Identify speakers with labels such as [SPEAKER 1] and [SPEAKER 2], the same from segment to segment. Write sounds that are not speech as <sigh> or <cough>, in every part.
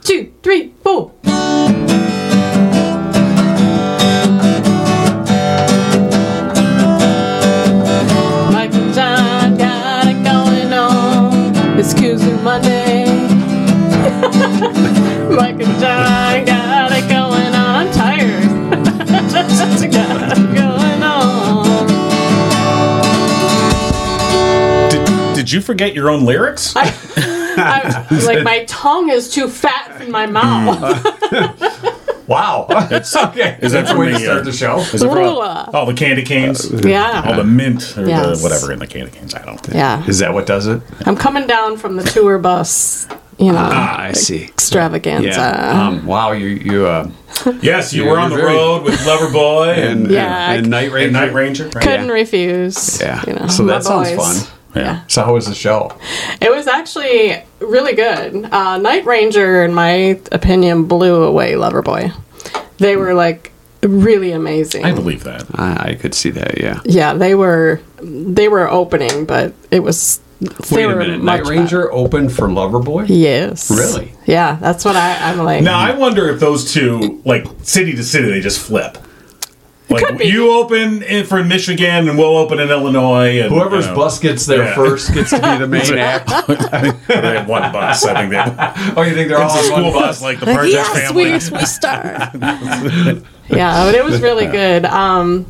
[SPEAKER 1] three, four. Michael John got it going on. Excuse me, my name. <laughs> Michael John got it going on. I'm tired. <laughs> got it going on.
[SPEAKER 2] Did, did you forget your
[SPEAKER 1] <laughs>
[SPEAKER 2] own lyrics?
[SPEAKER 1] I, I, like my tongue is too fat for my mouth.
[SPEAKER 3] <laughs>
[SPEAKER 2] Wow. That's,
[SPEAKER 3] Okay.
[SPEAKER 2] Is that
[SPEAKER 3] That's a
[SPEAKER 2] from
[SPEAKER 3] way to
[SPEAKER 2] the,
[SPEAKER 3] start
[SPEAKER 2] uh,
[SPEAKER 3] the show?
[SPEAKER 2] is it for all,
[SPEAKER 1] Ooh.
[SPEAKER 2] all the candy
[SPEAKER 3] Uh,
[SPEAKER 2] canes? All
[SPEAKER 1] <laughs> yeah.
[SPEAKER 2] the mint or
[SPEAKER 1] Yes.
[SPEAKER 2] the whatever in the candy canes. I don't
[SPEAKER 1] Yeah.
[SPEAKER 3] Is that what does it?
[SPEAKER 1] I'm coming down from the tour bus, you know,
[SPEAKER 3] Ah, I see.
[SPEAKER 1] extravaganza.
[SPEAKER 3] Yeah. Um, wow, you you uh,
[SPEAKER 2] Yes, you
[SPEAKER 3] You're
[SPEAKER 2] were on the
[SPEAKER 3] very-
[SPEAKER 2] road with Loverboy and,
[SPEAKER 3] <laughs> and,
[SPEAKER 1] Yeah,
[SPEAKER 3] and,
[SPEAKER 1] I-
[SPEAKER 3] and Night Ranger.
[SPEAKER 2] and Night Ranger. right?
[SPEAKER 1] Couldn't refuse.
[SPEAKER 3] Yeah.
[SPEAKER 1] You know,
[SPEAKER 3] So
[SPEAKER 1] my
[SPEAKER 3] that sounds
[SPEAKER 1] boys.
[SPEAKER 3] fun.
[SPEAKER 2] Yeah.
[SPEAKER 3] So how was the show?
[SPEAKER 1] It was actually really good. Uh, Night Ranger, in my opinion, blew away Loverboy. They were like really amazing.
[SPEAKER 2] I believe that.
[SPEAKER 3] I, I could see that. Yeah.
[SPEAKER 1] yeah, they were they were opening, but it was they
[SPEAKER 3] Wait a
[SPEAKER 1] were
[SPEAKER 3] minute.
[SPEAKER 1] much
[SPEAKER 3] Night Ranger opened for Loverboy.
[SPEAKER 1] better. Yes.
[SPEAKER 3] Really?
[SPEAKER 1] Yeah, that's what I, I'm like.
[SPEAKER 2] Now I wonder if those two, like city to city, they just flip. Like
[SPEAKER 1] could be.
[SPEAKER 2] you open in for Michigan, and we'll open in Illinois. And,
[SPEAKER 3] Whoever's
[SPEAKER 2] you know,
[SPEAKER 3] bus gets there
[SPEAKER 2] Yeah.
[SPEAKER 3] first gets to be <laughs> the main act.
[SPEAKER 2] they have one bus. I think they
[SPEAKER 3] <laughs>
[SPEAKER 2] have
[SPEAKER 3] Oh, you think they're all
[SPEAKER 2] a
[SPEAKER 3] on
[SPEAKER 2] school
[SPEAKER 3] one
[SPEAKER 2] bus,
[SPEAKER 3] bus?
[SPEAKER 2] like the
[SPEAKER 1] Like,
[SPEAKER 2] Burgess
[SPEAKER 1] yes,
[SPEAKER 2] family.
[SPEAKER 1] we, we start.
[SPEAKER 2] <laughs>
[SPEAKER 1] yeah, but it was really good. Um,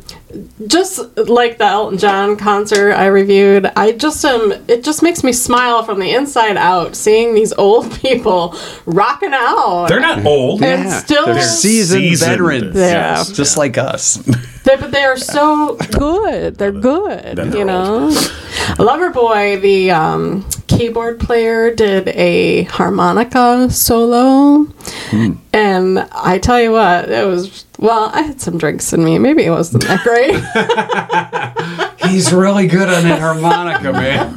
[SPEAKER 1] just like the Elton John concert I reviewed, I just um, it just makes me smile from the inside out seeing these old <laughs> people rocking out.
[SPEAKER 2] They're not old.
[SPEAKER 1] And still-
[SPEAKER 3] they're seasoned,
[SPEAKER 2] Seasoned.
[SPEAKER 3] veterans,
[SPEAKER 1] Yeah.
[SPEAKER 3] just like us.
[SPEAKER 1] They- but they are so <laughs> good. They're good.
[SPEAKER 2] Then they're
[SPEAKER 1] you know, Loverboy, the um, keyboard player, did a harmonica solo, and I tell you what, it was. Well, I had some drinks in me. Maybe it wasn't that great. <laughs>
[SPEAKER 3] He's really good on that harmonica, man.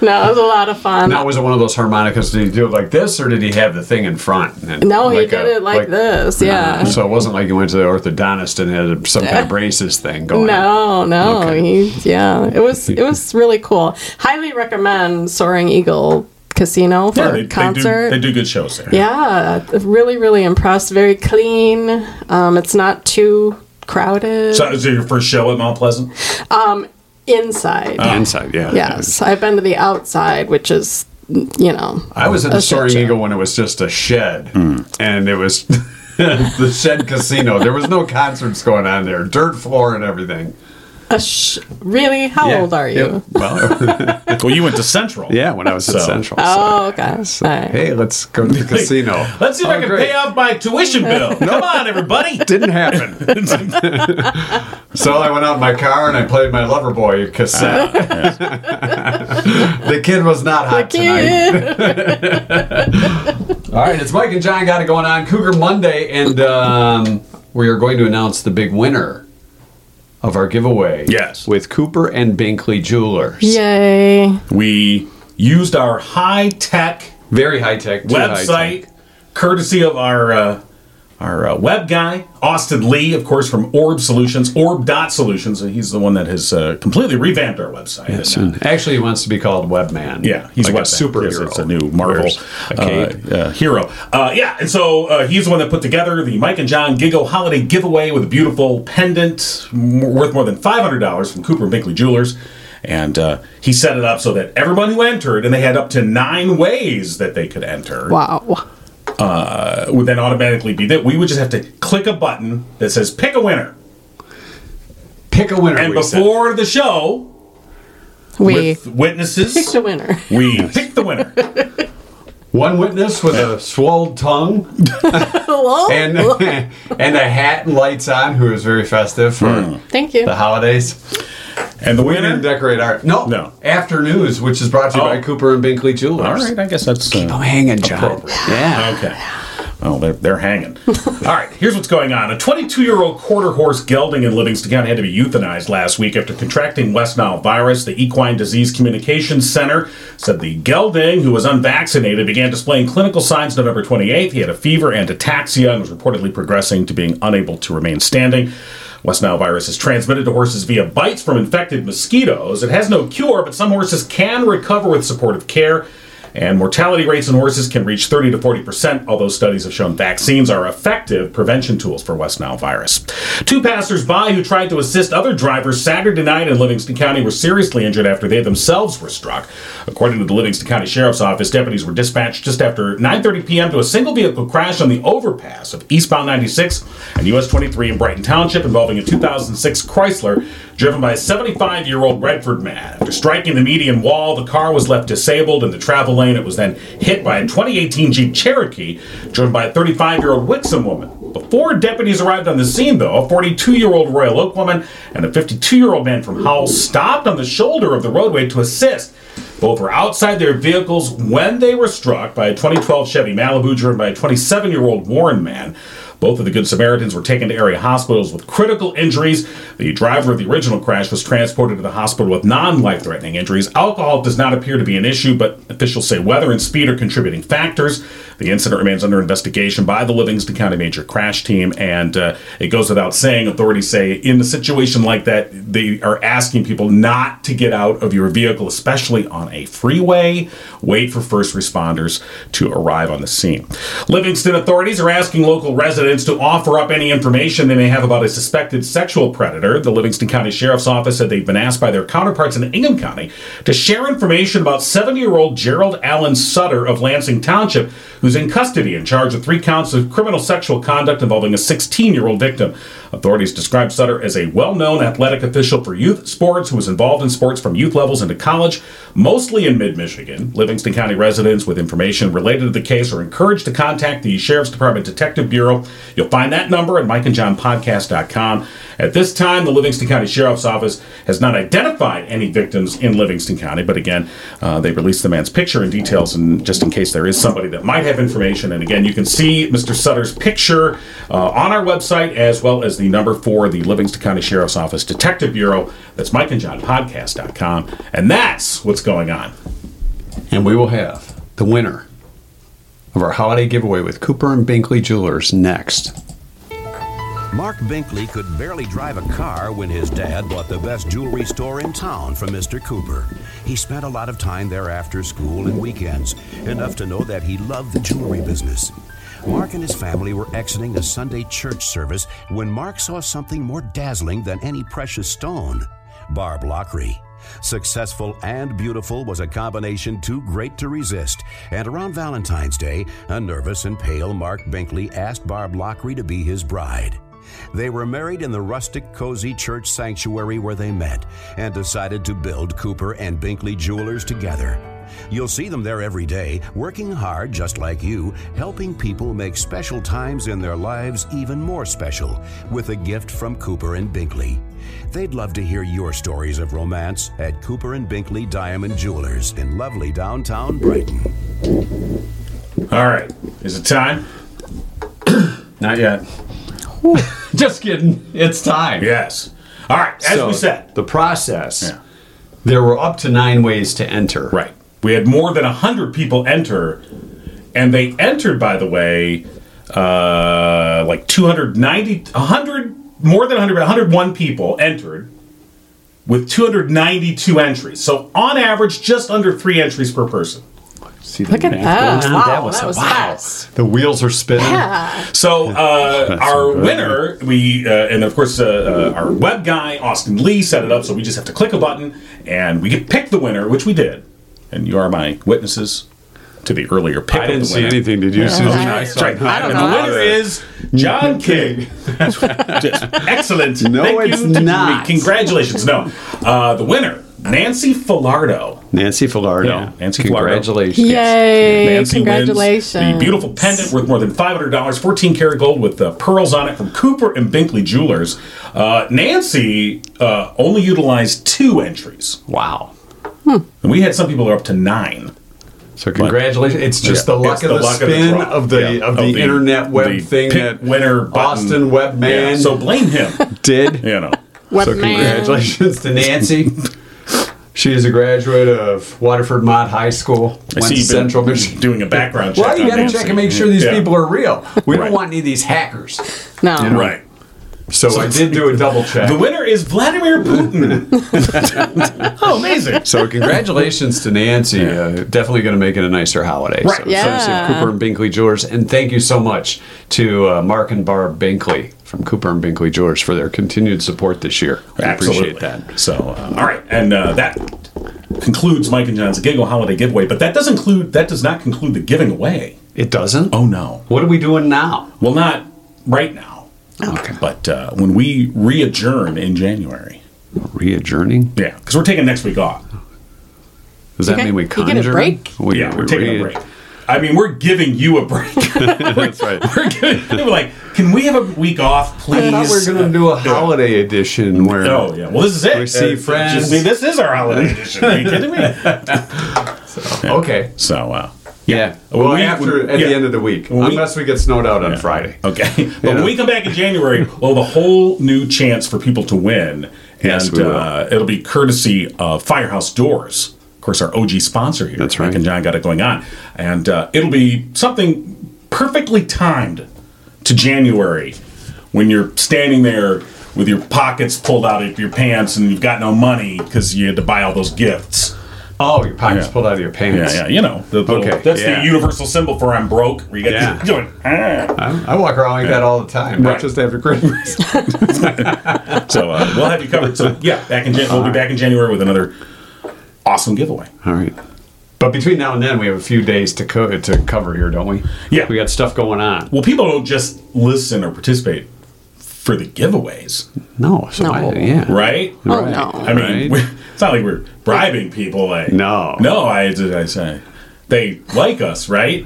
[SPEAKER 1] no, it was a lot of fun.
[SPEAKER 3] Now, was it one of those harmonicas? Did he do it like this, or did he have the thing in front? And then
[SPEAKER 1] No, he
[SPEAKER 3] like
[SPEAKER 1] did
[SPEAKER 3] a-
[SPEAKER 1] it like, this. Yeah.
[SPEAKER 3] So it wasn't like he went to the orthodontist and had some
[SPEAKER 1] <laughs>
[SPEAKER 3] kind of braces thing going. Uh,
[SPEAKER 1] No, no,
[SPEAKER 3] Okay.
[SPEAKER 1] he, yeah, it was it was really cool. Highly recommend Soaring Eagle Casino for
[SPEAKER 2] Yeah, they, they, do,
[SPEAKER 1] concert.
[SPEAKER 2] they do good shows there.
[SPEAKER 1] Yeah, really, really impressed. Very clean. Um, it's not too crowded
[SPEAKER 2] So, is it your first show at Mount Pleasant?
[SPEAKER 1] inside.
[SPEAKER 3] The inside, yeah.
[SPEAKER 1] yes, I've been to the outside, which is, you know,
[SPEAKER 3] I was at
[SPEAKER 1] A
[SPEAKER 3] the
[SPEAKER 1] shit
[SPEAKER 3] Soaring
[SPEAKER 1] show.
[SPEAKER 3] Eagle when it was just a shed,
[SPEAKER 2] Hmm.
[SPEAKER 3] and it was <laughs> the shed casino. There was no concerts going on there, dirt floor and everything.
[SPEAKER 1] a sh- really. How
[SPEAKER 3] Yeah.
[SPEAKER 1] old are you?
[SPEAKER 3] Yep. Well,
[SPEAKER 2] Well, <laughs> you went to Central.
[SPEAKER 3] yeah, when I was
[SPEAKER 2] So-
[SPEAKER 3] at Central.
[SPEAKER 1] Oh, okay. All right.
[SPEAKER 3] <laughs> Hey, let's go to the casino.
[SPEAKER 2] Let's see if
[SPEAKER 3] Oh,
[SPEAKER 2] I can
[SPEAKER 3] great.
[SPEAKER 2] pay off my tuition
[SPEAKER 3] <laughs>
[SPEAKER 2] bill. Come on, everybody.
[SPEAKER 3] Didn't <laughs> happen. so I went out in my car and I played my Loverboy cassette.
[SPEAKER 2] Ah,
[SPEAKER 3] <laughs> the kid was not hot tonight. All right, it's Mike and John got it going on Cougar Monday, and um, we are going to announce the big winner of our giveaway.
[SPEAKER 2] Yes.
[SPEAKER 3] with Cooper and Binkley Jewelers.
[SPEAKER 1] Yay.
[SPEAKER 2] We used our high tech
[SPEAKER 3] very high tech too high tech.
[SPEAKER 2] website, courtesy of our uh, our uh, web guy, Austin Lee, of course, from Orb Solutions, Orb Dot Solutions, and he's the one that has uh, completely revamped our website. And, uh,
[SPEAKER 3] Actually, he wants to be called Webman.
[SPEAKER 2] yeah, he's
[SPEAKER 3] like
[SPEAKER 2] web
[SPEAKER 3] a superhero.
[SPEAKER 2] It's a new Marvel
[SPEAKER 3] Wears a cape.
[SPEAKER 2] uh, uh, hero. Uh, yeah, and so uh, he's the one that put together the Mike and John Gigo holiday giveaway with a beautiful pendant m- worth more than five hundred dollars from Cooper and Binkley Jewelers. And uh, he set it up so that everyone who entered, and they had up to nine ways that they could enter uh,
[SPEAKER 1] Wow.
[SPEAKER 2] would then automatically be that we would just have to click a button that says pick a winner.
[SPEAKER 3] Pick a winner.
[SPEAKER 2] And
[SPEAKER 3] we said.
[SPEAKER 2] before the show,
[SPEAKER 1] We <laughs>
[SPEAKER 2] with witnesses,
[SPEAKER 1] picked a winner.
[SPEAKER 2] we pick the winner.
[SPEAKER 3] One witness with a swole tongue
[SPEAKER 1] Hello.
[SPEAKER 3] and and a hat and lights on, who is very festive for
[SPEAKER 1] Thank you.
[SPEAKER 3] the holidays.
[SPEAKER 2] And the
[SPEAKER 3] We didn't
[SPEAKER 2] winner.
[SPEAKER 3] decorate our no
[SPEAKER 2] No.
[SPEAKER 3] after news, which is brought to you by
[SPEAKER 2] Oh.
[SPEAKER 3] Cooper and Binkley Jewelers.
[SPEAKER 2] All right, I guess that's uh,
[SPEAKER 3] I'm hanging, John.
[SPEAKER 2] appropriate. Um,
[SPEAKER 3] Yeah.
[SPEAKER 2] Okay. Well, they're, they're hanging. All right, here's what's going on. A 22 year old quarter horse gelding in Livingston County had to be euthanized last week after contracting West Nile virus. The Equine Disease Communication Center said the gelding, who was unvaccinated, began displaying clinical signs November 28th. He had a fever and ataxia and was reportedly progressing to being unable to remain standing. West Nile virus is transmitted to horses via bites from infected mosquitoes. It has no cure, but some horses can recover with supportive care. And mortality rates in horses can reach 30 to 40 percent, although studies have shown vaccines are effective prevention tools for West Nile virus. Two passersby who tried to assist other drivers Saturday night in Livingston County were seriously injured after they themselves were struck. According to the Livingston County Sheriff's Office, deputies were dispatched just after 9:30 p.m. to a single vehicle crash on the overpass of eastbound 96 and US 23 in Brighton Township involving a 2006 Chrysler driven by a 75-year-old Redford man. After striking the median wall, the car was left disabled in the travel lane. It was then hit by a 2018 Jeep Cherokee driven by a 35-year-old Wixom woman. Before deputies arrived on the scene, though, a 42-year-old Royal Oak woman and a 52-year-old man from Howell stopped on the shoulder of the roadway to assist. Both were outside their vehicles when they were struck by a 2012 Chevy Malibu driven by a 27 year old Warren man. Both of the Good Samaritans were taken to area hospitals with critical injuries. The driver of the original crash was transported to the hospital with non life threatening injuries. Alcohol does not appear to be an issue, but officials say weather and speed are contributing factors. The incident remains under investigation by the Livingston County Major Crash Team, and uh, it goes without saying, authorities say in a situation like that, they are asking people not to get out of your vehicle, especially on a freeway. Wait for first responders to arrive on the scene. Livingston authorities are asking local residents to offer up any information they may have about a suspected sexual predator. The Livingston County Sheriff's Office said they've been asked by their counterparts in Ingham County to share information about 70 year old Gerald Allen Sutter of Lansing Township, who's in custody and charged with three counts of criminal sexual conduct involving a 16 year old victim. Authorities describe Sutter as a well known athletic official for youth sports who was involved in sports from youth levels into college, mostly in mid Michigan. Livingston County residents with information related to the case are encouraged to contact the Sheriff's Department Detective Bureau. You'll find that number at mikeandjohnpodcast.com. At this time, the Livingston County Sheriff's Office has not identified any victims in Livingston County, but again, uh, they released the man's picture and details, and just in case there is somebody that might have information. And again, you can see Mr. Sutter's picture uh, on our website as well as the number for the Livingston County Sheriff's Office Detective Bureau. That's mikeandjohnpodcast.com. And that's what's going on.
[SPEAKER 3] And we will have the winner of our holiday giveaway with Cooper and Binkley Jewelers next.
[SPEAKER 4] Mark Binkley could barely drive a car when his dad bought the best jewelry store in town from Mr. Cooper. He spent a lot of time there after school and weekends, enough to know that he loved the jewelry business. Mark and his family were exiting a Sunday church service when Mark saw something more dazzling than any precious stone Barb Lockery. Successful and beautiful was a combination too great to resist. And around Valentine's Day, a nervous and pale Mark Binkley asked Barb Lockery to be his bride. They were married in the rustic, cozy church sanctuary where they met and decided to build Cooper and Binkley Jewelers together. You'll see them there every day, working hard just like you, helping people make special times in their lives even more special with a gift from Cooper and Binkley. They'd love to hear your stories of romance at Cooper and Binkley Diamond Jewelers in lovely downtown Brighton.
[SPEAKER 2] All right, is it time?
[SPEAKER 3] Not yet. <laughs> Just kidding. It's time.
[SPEAKER 2] Yes. All right, as
[SPEAKER 3] So,
[SPEAKER 2] we said.
[SPEAKER 3] the process.
[SPEAKER 2] Yeah.
[SPEAKER 3] There were up to nine ways to enter.
[SPEAKER 2] Right. We had more than 100 people enter, and they entered, by the way, uh, like 290, 100, more than 100, but 101 people entered with 292 entries. So on average, just under three entries per person.
[SPEAKER 3] See the
[SPEAKER 1] Look at
[SPEAKER 3] math
[SPEAKER 1] that.
[SPEAKER 3] going on?
[SPEAKER 1] Wow, that was
[SPEAKER 3] wow.
[SPEAKER 1] fast.
[SPEAKER 3] The wheels are spinning.
[SPEAKER 1] Yeah.
[SPEAKER 2] So
[SPEAKER 3] <laughs>
[SPEAKER 2] uh, our
[SPEAKER 3] good.
[SPEAKER 2] winner, we uh, and of course uh, uh, our web guy Austin Lee set it up, so we just have to click a button and we get pick the winner, which we did. And you are my witnesses to the earlier pick.
[SPEAKER 3] I
[SPEAKER 2] of the
[SPEAKER 3] didn't see
[SPEAKER 2] winner.
[SPEAKER 3] anything. Did you, Susan?
[SPEAKER 1] Okay.
[SPEAKER 3] I
[SPEAKER 2] That's
[SPEAKER 3] saw
[SPEAKER 2] right.
[SPEAKER 3] none.
[SPEAKER 1] I don't
[SPEAKER 2] and
[SPEAKER 1] know.
[SPEAKER 2] the winner is
[SPEAKER 3] <laughs>
[SPEAKER 2] John King. Just Excellent.
[SPEAKER 3] No,
[SPEAKER 2] Thank
[SPEAKER 3] it's
[SPEAKER 2] you to
[SPEAKER 3] not.
[SPEAKER 2] Three. Congratulations. No, uh, the winner, Nancy Filardo.
[SPEAKER 3] Nancy Filardo.
[SPEAKER 2] Yeah, Nancy Falardo.
[SPEAKER 3] Congratulations.
[SPEAKER 1] Yay.
[SPEAKER 2] Nancy
[SPEAKER 1] Congratulations.
[SPEAKER 2] Wins the beautiful pendant worth more than five hundred dollars, fourteen karat gold with uh, pearls on it from Cooper and Binkley Jewelers. Uh, Nancy uh, only utilized two entries,
[SPEAKER 3] Wow. Hmm.
[SPEAKER 2] and we had some people who are up to nine.
[SPEAKER 3] So congratulations! It's just
[SPEAKER 2] Yeah.
[SPEAKER 3] the luck,
[SPEAKER 2] It's
[SPEAKER 3] of,
[SPEAKER 2] the
[SPEAKER 3] the
[SPEAKER 2] luck of the
[SPEAKER 3] spin
[SPEAKER 2] draw.
[SPEAKER 3] of the
[SPEAKER 2] Yeah.
[SPEAKER 3] of the
[SPEAKER 2] Of the-
[SPEAKER 3] internet web
[SPEAKER 2] the
[SPEAKER 3] thing
[SPEAKER 2] pick
[SPEAKER 3] that
[SPEAKER 2] winner button.
[SPEAKER 3] Austin web man
[SPEAKER 2] Yeah, so blame
[SPEAKER 1] <laughs>
[SPEAKER 2] him. <laughs>
[SPEAKER 3] did.
[SPEAKER 2] you know.
[SPEAKER 3] So
[SPEAKER 1] Webman.
[SPEAKER 3] congratulations to
[SPEAKER 2] <laughs>
[SPEAKER 3] Nancy. She is a graduate of Waterford Mott High School, went to
[SPEAKER 2] you've been
[SPEAKER 3] Central Michigan.
[SPEAKER 2] doing a background check.
[SPEAKER 3] Why do you
[SPEAKER 2] on
[SPEAKER 3] got to
[SPEAKER 2] Nancy.
[SPEAKER 3] check and make sure these
[SPEAKER 2] Yeah.
[SPEAKER 3] people are real? We
[SPEAKER 2] Right.
[SPEAKER 3] don't want any of these hackers.
[SPEAKER 1] No.
[SPEAKER 2] Right.
[SPEAKER 5] So, I did do a double check.
[SPEAKER 2] The winner is Vladimir Putin. <laughs> oh, amazing.
[SPEAKER 5] So congratulations to Nancy. Uh, definitely going to make it a nicer holiday.
[SPEAKER 2] Right.
[SPEAKER 5] So, so it's
[SPEAKER 1] Yeah.
[SPEAKER 5] Cooper and Binkley Jewelers, and thank you so much to uh, Mark and Barb Binkley from Cooper and Binkley Jewelers for their continued support this year. We appreciate that.
[SPEAKER 2] So, uh, all right, and uh, that concludes Mike and John's Giggle Holiday Giveaway. But that does include that does not conclude the giving away.
[SPEAKER 5] It doesn't.
[SPEAKER 2] Oh no!
[SPEAKER 5] What are we doing now?
[SPEAKER 2] Well, not right now,
[SPEAKER 5] Okay.
[SPEAKER 2] but uh, when we re-adjourn in January.
[SPEAKER 5] Readjourning?
[SPEAKER 2] Yeah, because we're taking next week off.
[SPEAKER 5] Does that
[SPEAKER 1] Okay.
[SPEAKER 5] mean we
[SPEAKER 1] You get a
[SPEAKER 5] conjure?
[SPEAKER 1] break?
[SPEAKER 5] We,
[SPEAKER 2] Yeah,
[SPEAKER 5] we
[SPEAKER 2] we're taking
[SPEAKER 5] re-
[SPEAKER 2] a break. I mean, we're giving you a break. <laughs>
[SPEAKER 3] <laughs>
[SPEAKER 5] That's right.
[SPEAKER 2] we're giving, they were like, can we have a week off,
[SPEAKER 5] I
[SPEAKER 2] please?
[SPEAKER 5] thought we were going to do a holiday edition where.
[SPEAKER 2] Oh yeah. Well, this is it.
[SPEAKER 5] We see
[SPEAKER 2] Uh,
[SPEAKER 5] friends.
[SPEAKER 2] just- this is our holiday edition. Are you <laughs> kidding me?
[SPEAKER 5] Okay.
[SPEAKER 2] So, uh,
[SPEAKER 5] Yeah. Well,
[SPEAKER 2] When we-
[SPEAKER 5] after
[SPEAKER 2] when-
[SPEAKER 5] at the
[SPEAKER 2] yeah.
[SPEAKER 5] end of the week,
[SPEAKER 2] When we-
[SPEAKER 5] unless we get snowed out on Friday. <laughs>
[SPEAKER 2] Okay. But when
[SPEAKER 5] know.
[SPEAKER 2] we come back in January, we'll have a whole new chance for people to win.
[SPEAKER 5] Yes,
[SPEAKER 2] and
[SPEAKER 5] we will.
[SPEAKER 2] Uh, it'll be courtesy of Firehouse Doors, of course, our OG sponsor here.
[SPEAKER 5] That's
[SPEAKER 2] Mike
[SPEAKER 5] right.
[SPEAKER 2] and John got it going on. And uh, it'll be something perfectly timed to January when you're standing there with your pockets pulled out of your pants and you've got no money because you had to buy all those gifts.
[SPEAKER 5] Oh, your pockets
[SPEAKER 2] Yeah.
[SPEAKER 5] pulled out of your
[SPEAKER 2] Yeah,
[SPEAKER 5] pants.
[SPEAKER 2] yeah, you know. The, little-
[SPEAKER 5] Okay,
[SPEAKER 2] that's
[SPEAKER 5] yeah.
[SPEAKER 2] the universal symbol for I'm broke. Where you got
[SPEAKER 5] Yeah.
[SPEAKER 2] you're doing, "Ah."
[SPEAKER 5] I, I walk around like that all the time,
[SPEAKER 2] Right.
[SPEAKER 5] not just after Christmas.
[SPEAKER 2] So uh, we'll have you covered. So yeah, back in Jan- we'll be back in January with another awesome giveaway.
[SPEAKER 5] all right. But between now and then, we have a few days to co- to cover here, don't we?
[SPEAKER 2] Yeah.
[SPEAKER 5] we got stuff going on.
[SPEAKER 2] Well, people don't just listen or participate for the giveaways,
[SPEAKER 5] No, so
[SPEAKER 1] No.
[SPEAKER 5] I- yeah,
[SPEAKER 2] right?
[SPEAKER 1] Oh,
[SPEAKER 5] Right.
[SPEAKER 1] no.
[SPEAKER 2] I mean,
[SPEAKER 5] Right.
[SPEAKER 2] we it's not like we're bribing people. Like
[SPEAKER 5] No.
[SPEAKER 2] no, I, I say they like us, right?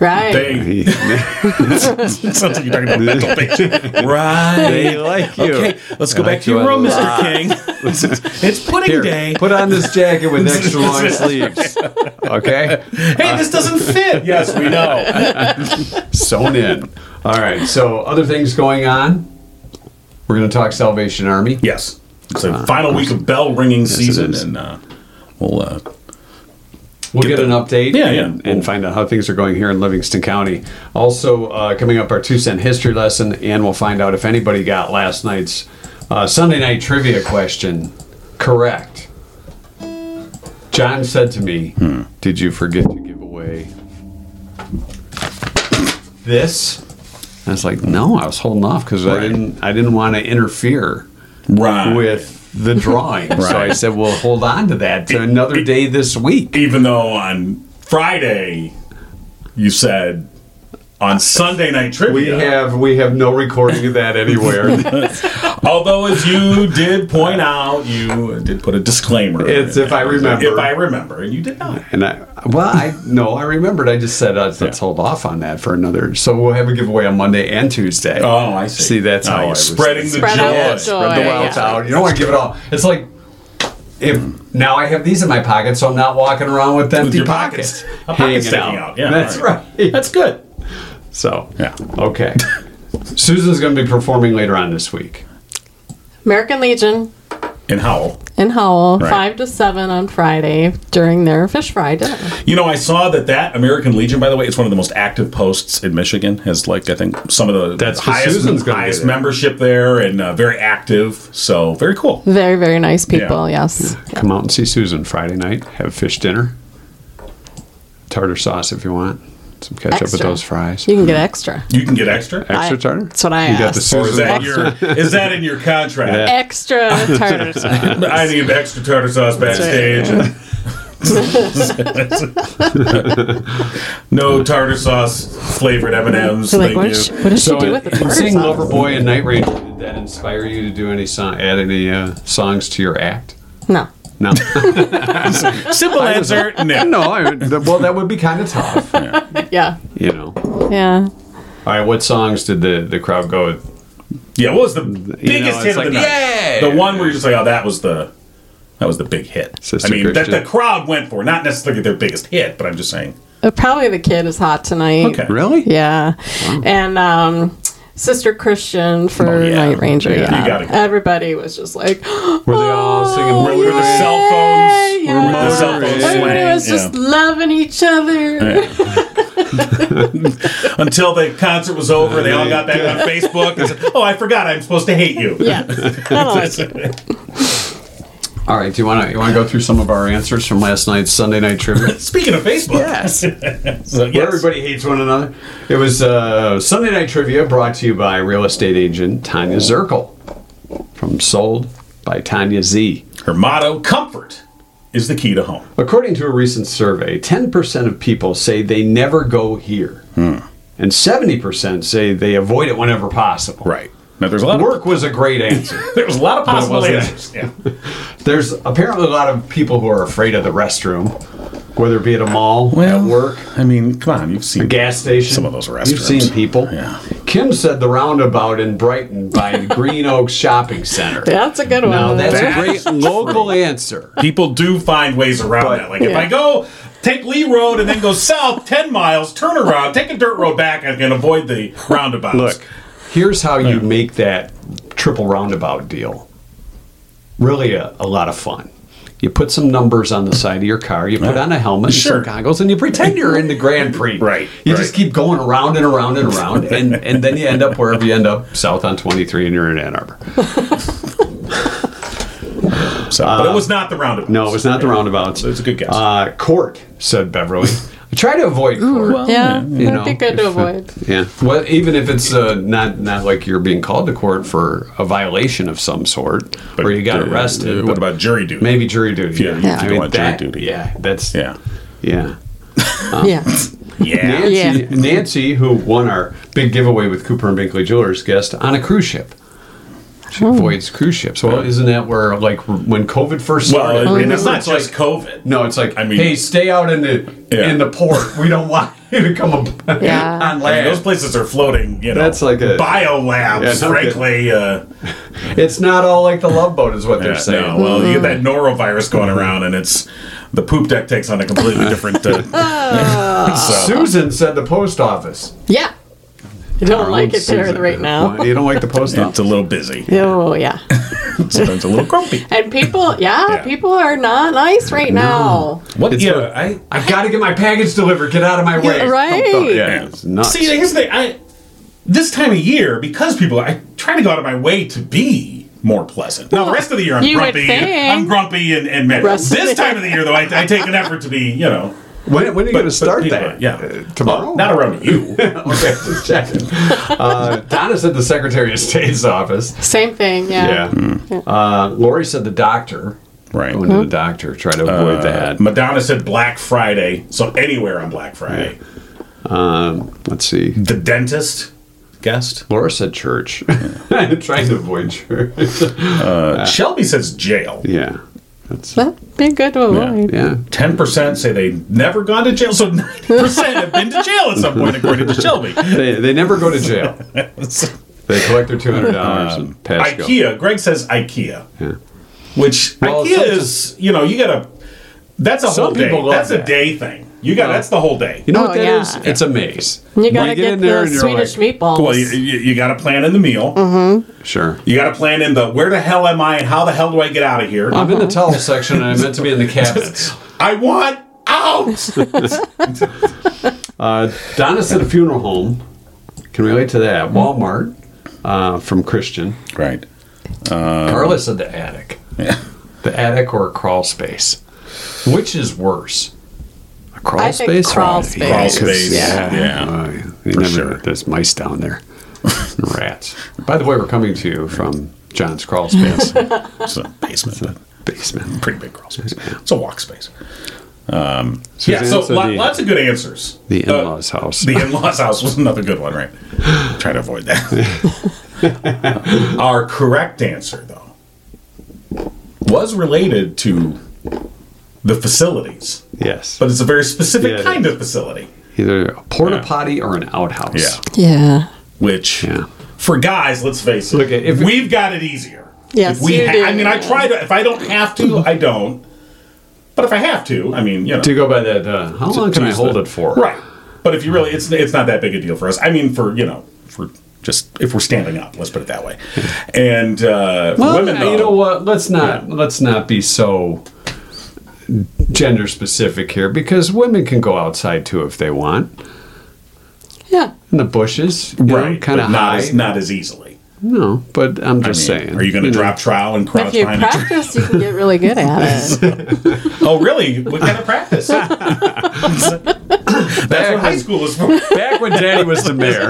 [SPEAKER 1] Right.
[SPEAKER 2] They
[SPEAKER 5] <laughs>
[SPEAKER 2] <laughs> sounds like you're talking about mental patient, right?
[SPEAKER 5] they like you.
[SPEAKER 2] Okay, let's go
[SPEAKER 5] I
[SPEAKER 2] back
[SPEAKER 5] like
[SPEAKER 2] to your
[SPEAKER 5] you a
[SPEAKER 2] room, Mr.
[SPEAKER 5] lot. <laughs>
[SPEAKER 2] King. it's pudding
[SPEAKER 5] Here,
[SPEAKER 2] day.
[SPEAKER 5] put on this jacket with <laughs> extra long sleeves. Okay,
[SPEAKER 2] Hey, this doesn't fit. Yes, we know.
[SPEAKER 5] sewn in. All right. So other things going on. We're going to talk Salvation Army.
[SPEAKER 2] Yes. It's the final week of bell ringing season,
[SPEAKER 5] Ah. is.
[SPEAKER 2] and uh, we'll uh,
[SPEAKER 5] We'll
[SPEAKER 2] Get
[SPEAKER 5] get, an
[SPEAKER 2] the-
[SPEAKER 5] update
[SPEAKER 2] Yeah, yeah.
[SPEAKER 5] and, and find out how things are going here in Livingston County. Also, uh, coming up, our two cent history lesson, and we'll find out if anybody got last night's uh, Sunday night trivia question correct. John said to me,
[SPEAKER 2] Hmm.
[SPEAKER 5] Did you forget to give away this? I was like, No, I was holding off because I didn't, I didn't want to interfere
[SPEAKER 2] Right.
[SPEAKER 5] with the drawing. So I
[SPEAKER 2] Right.
[SPEAKER 5] said, Well, hold on to that to another day this week.
[SPEAKER 2] even though on Friday you said on Sunday night
[SPEAKER 5] We
[SPEAKER 2] trivia.
[SPEAKER 5] have we have no recording of
[SPEAKER 2] <laughs>
[SPEAKER 5] that anywhere.
[SPEAKER 2] although, as you did point out, you did put a disclaimer.
[SPEAKER 5] It's
[SPEAKER 2] in
[SPEAKER 5] if I
[SPEAKER 2] there.
[SPEAKER 5] remember.
[SPEAKER 2] If I remember, and you did not.
[SPEAKER 5] and I well, I no, I remembered. I just said uh, let's hold off on that for another. So we'll have a giveaway on Monday and Tuesday.
[SPEAKER 2] Oh, I see.
[SPEAKER 5] See, that's
[SPEAKER 2] Oh,
[SPEAKER 5] how
[SPEAKER 2] you're
[SPEAKER 5] I was-
[SPEAKER 2] spreading the
[SPEAKER 1] Spread out
[SPEAKER 2] joy.
[SPEAKER 1] the
[SPEAKER 5] yeah, spread
[SPEAKER 1] joy,
[SPEAKER 5] the wealth
[SPEAKER 1] yeah.
[SPEAKER 5] out. You don't want to give it all. It's like if now I have these in my pocket, so I'm not walking around with empty
[SPEAKER 2] your
[SPEAKER 5] pockets,
[SPEAKER 2] pockets. A pocket
[SPEAKER 5] hanging
[SPEAKER 2] sticking out. Yeah,
[SPEAKER 5] that's
[SPEAKER 2] all right.
[SPEAKER 5] right.
[SPEAKER 2] That's good.
[SPEAKER 5] So
[SPEAKER 2] Yeah. <laughs>
[SPEAKER 5] okay. Susan's going to be performing later on this week.
[SPEAKER 1] American Legion
[SPEAKER 2] And Howell.
[SPEAKER 1] in Howell,
[SPEAKER 2] Right.
[SPEAKER 1] 5 to 7 on Friday during their fish fry dinner.
[SPEAKER 2] You know, I saw that that American Legion, by the way, it's one of the most active posts in Michigan. Has like I think some of the
[SPEAKER 5] That's 'cause
[SPEAKER 2] highest,
[SPEAKER 5] Susan's gonna be
[SPEAKER 2] highest
[SPEAKER 5] there.
[SPEAKER 2] membership there, and uh, very active. So very cool.
[SPEAKER 1] Very, very nice people, yes.
[SPEAKER 5] Come out and see Susan Friday night. Have fish dinner. Tartar sauce if you want. Some ketchup with
[SPEAKER 1] Extra.
[SPEAKER 5] those fries.
[SPEAKER 1] You can
[SPEAKER 2] Mm-hmm.
[SPEAKER 1] get extra.
[SPEAKER 2] You can get extra.
[SPEAKER 5] Extra
[SPEAKER 1] I-
[SPEAKER 5] tartar?
[SPEAKER 1] that's what I
[SPEAKER 5] You got the
[SPEAKER 1] asked. Or
[SPEAKER 2] Or is
[SPEAKER 5] Susan
[SPEAKER 2] that
[SPEAKER 5] lobster?
[SPEAKER 2] your is that in your contract?
[SPEAKER 5] Yeah.
[SPEAKER 2] <laughs>
[SPEAKER 1] Extra tartar sauce.
[SPEAKER 2] I need extra tartar sauce backstage.
[SPEAKER 5] <laughs>
[SPEAKER 2] <laughs> no tartar sauce flavored M and M's.
[SPEAKER 1] So like,
[SPEAKER 2] Thank
[SPEAKER 1] what
[SPEAKER 2] you.
[SPEAKER 1] did she, what did she
[SPEAKER 5] So
[SPEAKER 1] do
[SPEAKER 5] in,
[SPEAKER 1] with the
[SPEAKER 5] in
[SPEAKER 1] tartar
[SPEAKER 5] seeing
[SPEAKER 1] sauce?
[SPEAKER 5] Loverboy and Night Ranger, did that inspire you to do any song, add any uh, songs to your act?
[SPEAKER 1] No. <laughs>
[SPEAKER 5] No. <laughs>
[SPEAKER 2] Simple answer. No.
[SPEAKER 5] no, I, th- well, that would be kind of tough,
[SPEAKER 1] Yeah.
[SPEAKER 5] you know. All
[SPEAKER 1] Yeah.
[SPEAKER 5] right, what songs did the, the crowd go with?
[SPEAKER 2] Yeah. What was the biggest
[SPEAKER 5] it's
[SPEAKER 2] hit of the
[SPEAKER 5] like,
[SPEAKER 2] night?
[SPEAKER 5] "Yay!"
[SPEAKER 2] The one where you're just like, oh, that was the. That was the big hit.
[SPEAKER 5] Sister
[SPEAKER 2] I mean, that
[SPEAKER 5] Christian.
[SPEAKER 2] the crowd went for, not necessarily their biggest hit, but I'm just saying.
[SPEAKER 1] Uh, Probably the kid is hot tonight.
[SPEAKER 2] Okay.
[SPEAKER 5] Really?
[SPEAKER 1] Yeah. And um, Sister Christian for
[SPEAKER 2] Oh, yeah.
[SPEAKER 1] Night Ranger.
[SPEAKER 2] Yeah. You
[SPEAKER 1] Yeah,
[SPEAKER 2] gotta go.
[SPEAKER 1] everybody was just like, <gasps>
[SPEAKER 5] Were they all singing
[SPEAKER 1] "Oh,
[SPEAKER 2] Were, were the
[SPEAKER 1] yay!"
[SPEAKER 2] cell phones?
[SPEAKER 1] Yeah.
[SPEAKER 2] Were the cell phones
[SPEAKER 5] Everybody
[SPEAKER 1] Everybody
[SPEAKER 2] swaying?
[SPEAKER 1] was just
[SPEAKER 2] Yeah.
[SPEAKER 1] loving each other.
[SPEAKER 2] Until the concert was over, they all got back on Facebook and said, "Oh, I forgot I'm supposed to hate you."
[SPEAKER 1] Yeah,
[SPEAKER 2] <laughs>
[SPEAKER 1] I like it.
[SPEAKER 5] All right, do you want to you want to go through some of our answers from last night's Sunday night trivia?
[SPEAKER 2] Speaking of Facebook,
[SPEAKER 5] yes.
[SPEAKER 2] so, yes.
[SPEAKER 5] Everybody hates one another. It was uh, Sunday night trivia brought to you by real estate agent Tanya Zirkel from Sold by Tanya Z.
[SPEAKER 2] her motto: "Comfort is the key to home."
[SPEAKER 5] According to a recent survey, 10% of people say they never go here.
[SPEAKER 2] Hmm.
[SPEAKER 5] And 70% say they avoid it whenever possible.
[SPEAKER 2] Right now, there's a lot. Of,
[SPEAKER 5] Work was a great answer.
[SPEAKER 2] <laughs> there was a lot of
[SPEAKER 5] it
[SPEAKER 2] possible
[SPEAKER 5] wasn't.
[SPEAKER 2] answers. Yeah.
[SPEAKER 5] There's apparently a lot of people who are afraid of the restroom, whether it be at a mall,
[SPEAKER 2] Well,
[SPEAKER 5] at work,
[SPEAKER 2] I mean, come on, you've seen
[SPEAKER 5] gas station.
[SPEAKER 2] Some of those restrooms.
[SPEAKER 5] You've seen people.
[SPEAKER 2] Yeah.
[SPEAKER 5] Kim said the roundabout in Brighton by Green Oak Shopping Center.
[SPEAKER 1] That's a good one.
[SPEAKER 5] Now, that's
[SPEAKER 2] That's
[SPEAKER 5] a great local answer.
[SPEAKER 2] People do find ways around
[SPEAKER 5] But-
[SPEAKER 2] that. Like if
[SPEAKER 1] Yeah.
[SPEAKER 2] I go take Lee Road and then go south ten miles, turn around, take a dirt road back, I can avoid the roundabouts.
[SPEAKER 5] Look, here's how you make that triple roundabout deal. Really a, a lot of fun. You put some numbers on the side of your car, you put on a helmet, and
[SPEAKER 2] Sure.
[SPEAKER 5] some goggles, and you pretend you're in the Grand Prix.
[SPEAKER 2] <laughs> Right,
[SPEAKER 5] You
[SPEAKER 2] right.
[SPEAKER 5] just keep going around and around and around, and, and then you end up wherever you end up, south on 23, and you're in Ann Arbor.
[SPEAKER 2] so, but it was not the roundabout.
[SPEAKER 5] uh, No, it was not the roundabouts.
[SPEAKER 2] It's a good guess.
[SPEAKER 5] Uh, court, said Beverly. I <laughs> try to avoid court.
[SPEAKER 1] yeah,
[SPEAKER 5] you
[SPEAKER 1] that'd be
[SPEAKER 5] know,
[SPEAKER 1] good to
[SPEAKER 5] if- uh,
[SPEAKER 1] avoid.
[SPEAKER 5] Yeah. Well, even if it's uh, not not like you're being called to court for a violation of some sort, or you got
[SPEAKER 2] uh,
[SPEAKER 5] arrested.
[SPEAKER 2] uh,
[SPEAKER 5] but
[SPEAKER 2] what about jury duty?
[SPEAKER 5] maybe jury duty?
[SPEAKER 2] Yeah, you
[SPEAKER 1] Yeah.
[SPEAKER 2] could
[SPEAKER 1] I
[SPEAKER 2] go
[SPEAKER 5] mean,
[SPEAKER 2] on jury
[SPEAKER 5] that-
[SPEAKER 2] duty.
[SPEAKER 5] Yeah, that's
[SPEAKER 2] Yeah.
[SPEAKER 5] yeah.
[SPEAKER 1] yeah,
[SPEAKER 2] Yeah.
[SPEAKER 5] Nancy,
[SPEAKER 1] Yeah.
[SPEAKER 5] Nancy, who won our big giveaway with Cooper and Binkley Jewelers, guest on a cruise ship. She
[SPEAKER 1] Oh.
[SPEAKER 5] avoids cruise ships. Well, isn't that where like when COVID first started?
[SPEAKER 2] Well, and
[SPEAKER 5] it
[SPEAKER 2] it's not
[SPEAKER 5] was like-
[SPEAKER 2] just COVID.
[SPEAKER 5] No, it's like,
[SPEAKER 2] I mean-
[SPEAKER 5] hey, stay out in the
[SPEAKER 2] Yeah.
[SPEAKER 5] in the port. We don't want <laughs> you to come up
[SPEAKER 1] Yeah.
[SPEAKER 5] on
[SPEAKER 2] I mean, those
[SPEAKER 5] land.
[SPEAKER 2] places are floating. You know,
[SPEAKER 5] That's like a-
[SPEAKER 2] bio
[SPEAKER 5] Yeah,
[SPEAKER 2] labs.
[SPEAKER 5] no kidding.
[SPEAKER 2] frankly, uh,
[SPEAKER 5] It's not all like the love boat, is what they're
[SPEAKER 2] yeah,
[SPEAKER 5] saying.
[SPEAKER 2] no, well, you get that norovirus going around, and it's the poop deck takes on a completely different. Uh, <laughs> so.
[SPEAKER 5] Susan said the post office.
[SPEAKER 1] yeah. You don't like it there right now.
[SPEAKER 5] You don't like the post
[SPEAKER 2] It's
[SPEAKER 5] office.
[SPEAKER 2] a little busy.
[SPEAKER 1] Oh yeah,
[SPEAKER 2] Sometimes a little grumpy.
[SPEAKER 1] and people,
[SPEAKER 5] <laughs>
[SPEAKER 1] yeah,
[SPEAKER 2] Yeah.
[SPEAKER 1] people are not nice right now.
[SPEAKER 2] What?
[SPEAKER 5] It's
[SPEAKER 2] yeah,
[SPEAKER 5] a-
[SPEAKER 2] I,
[SPEAKER 5] I've got to get my package delivered. Get out of my way.
[SPEAKER 1] right.
[SPEAKER 5] Oh, Yeah, it's nuts.
[SPEAKER 2] See, here's the thing. I, this time of year, because people, I try to go out of my way to be more pleasant. Now, the rest of the year, I'm
[SPEAKER 1] You would
[SPEAKER 2] grumpy.
[SPEAKER 1] think.
[SPEAKER 2] I'm grumpy and, and mad.
[SPEAKER 1] Rest of
[SPEAKER 2] This
[SPEAKER 1] the-
[SPEAKER 2] time of the year, though, I, I take an effort to be, you know,
[SPEAKER 5] when, when are you going to start
[SPEAKER 2] people
[SPEAKER 5] that?
[SPEAKER 2] are- yeah.
[SPEAKER 5] Uh, tomorrow?
[SPEAKER 2] not around you. <laughs>
[SPEAKER 5] okay, just checking. Uh, Donna's at the Secretary of State's office.
[SPEAKER 1] Same thing. Yeah.
[SPEAKER 5] Yeah.
[SPEAKER 1] Hmm?
[SPEAKER 5] Uh, Lori said the doctor.
[SPEAKER 2] Right.
[SPEAKER 5] Going
[SPEAKER 1] Mm-hmm.
[SPEAKER 5] to the doctor. Try to
[SPEAKER 2] Uh,
[SPEAKER 5] avoid that.
[SPEAKER 2] Madonna said Black Friday, so anywhere on Black Friday.
[SPEAKER 5] Um, let's see.
[SPEAKER 2] The dentist guest.
[SPEAKER 5] Laura said church. I'm <laughs> trying to avoid church.
[SPEAKER 2] Uh, Shelby says jail.
[SPEAKER 5] yeah. That's,
[SPEAKER 1] That'd be good to avoid.
[SPEAKER 5] yeah.
[SPEAKER 2] 10% say they've never gone to jail, so 90% have been to jail at some point, according to Shelby.
[SPEAKER 5] They, they never go to jail.
[SPEAKER 2] <laughs>
[SPEAKER 5] Uh, They collect their two hundred dollars and pass go.
[SPEAKER 2] IKEA. Greg says IKEA,
[SPEAKER 5] Yeah.
[SPEAKER 2] which
[SPEAKER 5] Well,
[SPEAKER 2] IKEA
[SPEAKER 5] some-
[SPEAKER 2] is you know you gotta. That's a
[SPEAKER 5] Some
[SPEAKER 2] whole day.
[SPEAKER 5] people love
[SPEAKER 2] That's a
[SPEAKER 5] that.
[SPEAKER 2] day thing. You got that's the whole day.
[SPEAKER 5] You know
[SPEAKER 1] Oh,
[SPEAKER 5] what that
[SPEAKER 1] yeah.
[SPEAKER 5] is? It's a maze.
[SPEAKER 1] You gotta get, the Swedish meatballs.
[SPEAKER 2] Well, you, you, you got to plan in the meal.
[SPEAKER 5] meat. Sure.
[SPEAKER 2] You got to plan in the where the hell am I and how the hell do I get out of here?
[SPEAKER 5] I'm in the towel section and I'm meant to be
[SPEAKER 2] <laughs>
[SPEAKER 5] in the cabinets.
[SPEAKER 2] I want out.
[SPEAKER 5] Uh, Donna's at a funeral home. Can relate to that. Walmart uh, from Christian.
[SPEAKER 2] right.
[SPEAKER 5] Carla said the attic.
[SPEAKER 2] Uh-huh. Yeah.
[SPEAKER 5] The attic or a crawl space. Which is worse? A crawl
[SPEAKER 1] I think
[SPEAKER 5] space?
[SPEAKER 1] crawl
[SPEAKER 5] or-
[SPEAKER 1] space.
[SPEAKER 2] Crawl space.
[SPEAKER 1] Yeah.
[SPEAKER 2] Yeah.
[SPEAKER 5] Oh, yeah. You
[SPEAKER 2] For
[SPEAKER 5] never-
[SPEAKER 2] sure.
[SPEAKER 5] There's mice down
[SPEAKER 2] <laughs>
[SPEAKER 5] there. Rats. By the way, we're coming to you from John's crawl space
[SPEAKER 2] <laughs> It's a basement, but
[SPEAKER 5] basement.
[SPEAKER 2] pretty big crawl space. It's a walk space.
[SPEAKER 5] Um, Suzanne
[SPEAKER 2] yeah. So
[SPEAKER 5] said
[SPEAKER 2] lo-
[SPEAKER 5] the-
[SPEAKER 2] lots of good answers.
[SPEAKER 5] the
[SPEAKER 2] Uh,
[SPEAKER 5] in-laws house.
[SPEAKER 2] The in-laws house was another good one, right? Try to avoid that.
[SPEAKER 5] <laughs>
[SPEAKER 2] Our correct answer, though, was related to the facilities,
[SPEAKER 5] yes,
[SPEAKER 2] but it's a very specific
[SPEAKER 5] Yeah, it
[SPEAKER 2] kind of facility.
[SPEAKER 5] either a porta
[SPEAKER 2] Yeah.
[SPEAKER 5] potty or an outhouse.
[SPEAKER 2] Yeah.
[SPEAKER 1] yeah.
[SPEAKER 2] Which,
[SPEAKER 5] Yeah.
[SPEAKER 2] for guys, let's face it,
[SPEAKER 5] Look, if-
[SPEAKER 2] we've got it easier.
[SPEAKER 1] Yes,
[SPEAKER 2] If we
[SPEAKER 1] you do.
[SPEAKER 2] I mean, I try to. If I don't have to, I don't. But if I have to, I mean, you know,
[SPEAKER 5] To go by that, uh, how long can I
[SPEAKER 2] use
[SPEAKER 5] hold
[SPEAKER 2] the-
[SPEAKER 5] it for?
[SPEAKER 2] Right. But if you really, it's it's not that big a deal for us. I mean, for you know, for Just if we're standing up, let's put it that way.
[SPEAKER 1] Hmm.
[SPEAKER 2] And uh, for
[SPEAKER 5] Well,
[SPEAKER 2] women,
[SPEAKER 5] you
[SPEAKER 2] though-
[SPEAKER 5] know what? Let's not let's not be so gender specific here because women can go outside too if they want
[SPEAKER 1] Yeah.
[SPEAKER 5] in the bushes, you
[SPEAKER 2] right?
[SPEAKER 5] Kind of
[SPEAKER 2] but not
[SPEAKER 5] high.
[SPEAKER 2] as not as easily.
[SPEAKER 5] no, but I'm
[SPEAKER 2] I
[SPEAKER 5] just
[SPEAKER 2] mean,
[SPEAKER 5] saying.
[SPEAKER 2] are you going to
[SPEAKER 5] know.
[SPEAKER 2] drop trowel and
[SPEAKER 1] If
[SPEAKER 2] crouch
[SPEAKER 1] you
[SPEAKER 2] behind a tree?
[SPEAKER 1] practice, you can get really good at
[SPEAKER 5] <laughs>
[SPEAKER 1] it.
[SPEAKER 2] Oh, really? What kind of
[SPEAKER 1] <laughs>
[SPEAKER 2] practice? That's what high school is for.
[SPEAKER 5] back when Daddy was
[SPEAKER 2] <laughs>
[SPEAKER 5] the mayor?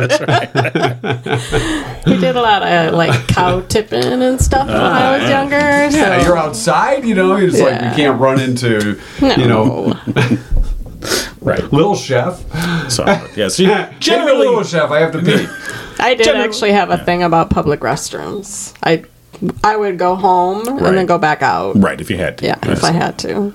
[SPEAKER 1] We did a lot of like cow tipping and stuff when I was younger.
[SPEAKER 5] Uh, Yeah,
[SPEAKER 1] so
[SPEAKER 5] you're outside. You know, it's like
[SPEAKER 1] Yeah.
[SPEAKER 5] you can't run into you know
[SPEAKER 2] Right.
[SPEAKER 5] Little Chef.
[SPEAKER 2] So, yeah, so you
[SPEAKER 5] <laughs> Generally,
[SPEAKER 2] generally,
[SPEAKER 5] Little Chef, I have to pee.
[SPEAKER 1] I did
[SPEAKER 2] Generally-
[SPEAKER 1] actually have a thing about public restrooms. I I would go home
[SPEAKER 2] Right.
[SPEAKER 1] and then go back out.
[SPEAKER 2] right, if you had to.
[SPEAKER 1] Yeah, if I had to.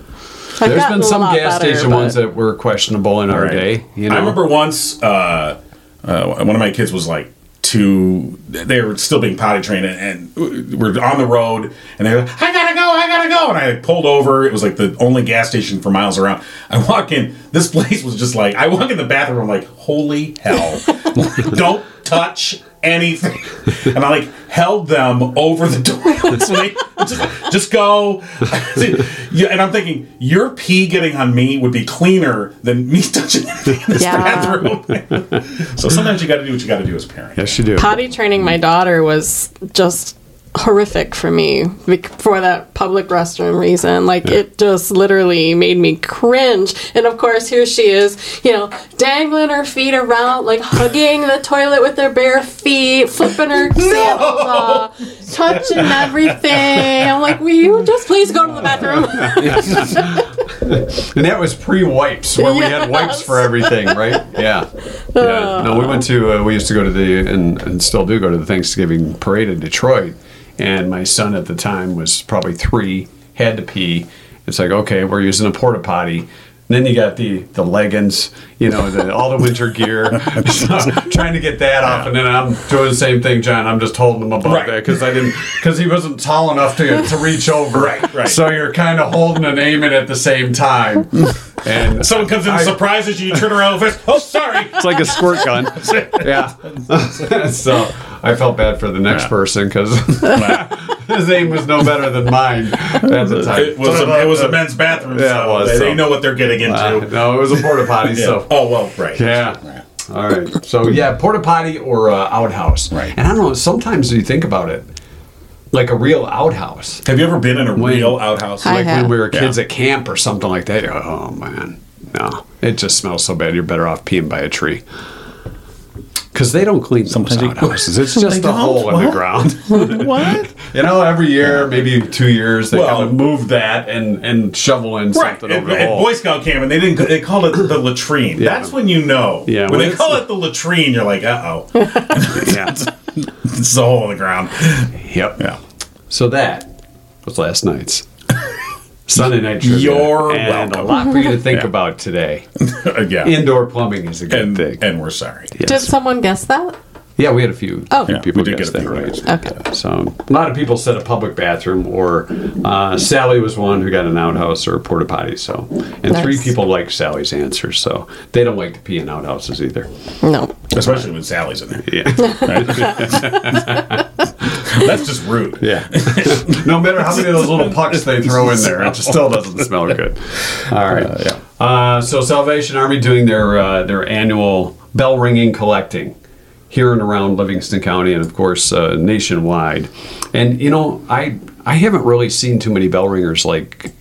[SPEAKER 1] I've
[SPEAKER 5] There's
[SPEAKER 1] gotten a
[SPEAKER 5] been some
[SPEAKER 1] lot
[SPEAKER 5] gas
[SPEAKER 1] better,
[SPEAKER 5] station
[SPEAKER 1] but-
[SPEAKER 5] ones that were questionable in our
[SPEAKER 2] Right.
[SPEAKER 5] day. You know,
[SPEAKER 2] I remember once uh, uh, one of my kids was like two. They were still being potty trained, and, and we're on the road, and they're like, "I gotta go, I gotta go," and I pulled over. It was like the only gas station for miles around. I walk in. This place was just like I walk in the bathroom. I'm like, "Holy hell! Don't touch." Anything, and I like held them over the <laughs> door. It's like, just, just go. <laughs> See, yeah, and I'm thinking your pee getting on me would be cleaner than me <laughs> touching anything in this
[SPEAKER 1] Yeah.
[SPEAKER 2] bathroom. <laughs> so sometimes you got to do what you got to do as a parent.
[SPEAKER 5] yes, you do.
[SPEAKER 1] potty training my daughter was just horrific for me bec- for that public restroom reason like it just literally made me cringe and of course here she is you know dangling her feet around like hugging the toilet with her bare feet flipping
[SPEAKER 2] <laughs>
[SPEAKER 1] her samples off touching everything i'm like will you just please go to the bathroom
[SPEAKER 5] And that was pre wipes, where we had wipes
[SPEAKER 1] Yes.
[SPEAKER 5] for everything, right? Yeah. yeah. No, we went to, uh, we used to go to the, and, and still do go to the Thanksgiving parade in Detroit. And my son at the time was probably three, had to pee. It's like, okay, we're using a porta potty. And then you got the, the leggings, you know, the, all the winter gear. <laughs> So, trying to get that off, and then I'm doing the same thing, John. I'm just holding him above
[SPEAKER 2] Right.
[SPEAKER 5] that because I didn't because he wasn't tall enough to, to reach
[SPEAKER 2] <laughs>
[SPEAKER 5] over.
[SPEAKER 2] Right, right.
[SPEAKER 5] So you're kind of holding and aiming at the
[SPEAKER 2] <laughs>
[SPEAKER 5] same time. And
[SPEAKER 2] Someone comes in and
[SPEAKER 5] I-
[SPEAKER 2] surprises you. You turn around and face, oh sorry.
[SPEAKER 5] it's like a squirt gun. yeah. <laughs> so I felt bad for the next person 'cause <laughs> person because his aim was no better than mine at the
[SPEAKER 2] <laughs>
[SPEAKER 5] time.
[SPEAKER 2] It was a, it was a men's bathroom.
[SPEAKER 5] Yeah, it
[SPEAKER 2] so
[SPEAKER 5] was,
[SPEAKER 2] they, they
[SPEAKER 5] so-
[SPEAKER 2] know what they're getting into.
[SPEAKER 5] Uh, no, it was a porta potty.
[SPEAKER 2] Yeah.
[SPEAKER 5] So
[SPEAKER 2] oh well, right.
[SPEAKER 5] Yeah. All right. So yeah, porta potty or uh, outhouse.
[SPEAKER 2] Right.
[SPEAKER 5] And I don't know. Sometimes you think about it, like a real outhouse.
[SPEAKER 2] Have you ever been in a real outhouse?
[SPEAKER 1] I
[SPEAKER 5] Like when
[SPEAKER 1] have.
[SPEAKER 5] we were kids
[SPEAKER 2] Yeah.
[SPEAKER 5] at camp or something like that. You're like, oh man, no, it just smells so bad. You're better off peeing by a tree. Because they don't clean sometimes
[SPEAKER 2] Sometimes
[SPEAKER 5] those
[SPEAKER 2] they-
[SPEAKER 5] outhouses. It's just
[SPEAKER 2] They
[SPEAKER 5] a
[SPEAKER 2] don't?
[SPEAKER 5] hole in the
[SPEAKER 2] What?
[SPEAKER 5] ground. <laughs>
[SPEAKER 2] what?
[SPEAKER 5] you know, every year, maybe two years, they
[SPEAKER 2] Well-
[SPEAKER 5] kind of move that and and shovel in
[SPEAKER 2] Right.
[SPEAKER 5] something
[SPEAKER 2] At,
[SPEAKER 5] over the
[SPEAKER 2] at
[SPEAKER 5] hole.
[SPEAKER 2] Boy Scout camp, and they didn't. They called it the latrine.
[SPEAKER 5] Yeah.
[SPEAKER 2] That's when you know.
[SPEAKER 5] Yeah,
[SPEAKER 2] When
[SPEAKER 5] when
[SPEAKER 2] they
[SPEAKER 5] it's-
[SPEAKER 2] call it the latrine, you're like, uh oh,
[SPEAKER 5] yeah.
[SPEAKER 2] it's a hole in the ground.
[SPEAKER 5] Yep.
[SPEAKER 2] Yeah.
[SPEAKER 5] So that was
[SPEAKER 2] <laughs>
[SPEAKER 5] last night's Sunday night trivia.
[SPEAKER 2] You're
[SPEAKER 5] and
[SPEAKER 2] welcome.
[SPEAKER 5] A lot for
[SPEAKER 2] <laughs>
[SPEAKER 5] you to think about today.
[SPEAKER 2] yeah.
[SPEAKER 5] Indoor plumbing is a good
[SPEAKER 2] and,
[SPEAKER 5] thing.
[SPEAKER 2] and we're sorry.
[SPEAKER 1] did someone guess that
[SPEAKER 5] yeah, we had a few
[SPEAKER 1] Oh. Yeah,
[SPEAKER 5] people
[SPEAKER 2] we did
[SPEAKER 5] guess
[SPEAKER 2] get a
[SPEAKER 5] that
[SPEAKER 2] few
[SPEAKER 5] right.
[SPEAKER 1] okay
[SPEAKER 5] So a lot of people said a public bathroom, or uh, Sally was one who got an outhouse or a porta potty. So, and three
[SPEAKER 1] Nice.
[SPEAKER 5] people like Sally's answer. So they don't like to pee in outhouses either.
[SPEAKER 1] no
[SPEAKER 2] Especially when Sally's in there.
[SPEAKER 5] Yeah,
[SPEAKER 2] Right? <laughs> That's just rude.
[SPEAKER 5] yeah. no matter how many of those little pucks they throw in there, it just still doesn't smell good. <laughs>
[SPEAKER 2] <laughs>
[SPEAKER 5] All right.
[SPEAKER 2] yeah.
[SPEAKER 5] Uh, so Salvation Army doing their uh, their annual bell ringing collecting here and around Livingston County, and of course uh, nationwide. And you know, I I haven't really seen too many bell ringers like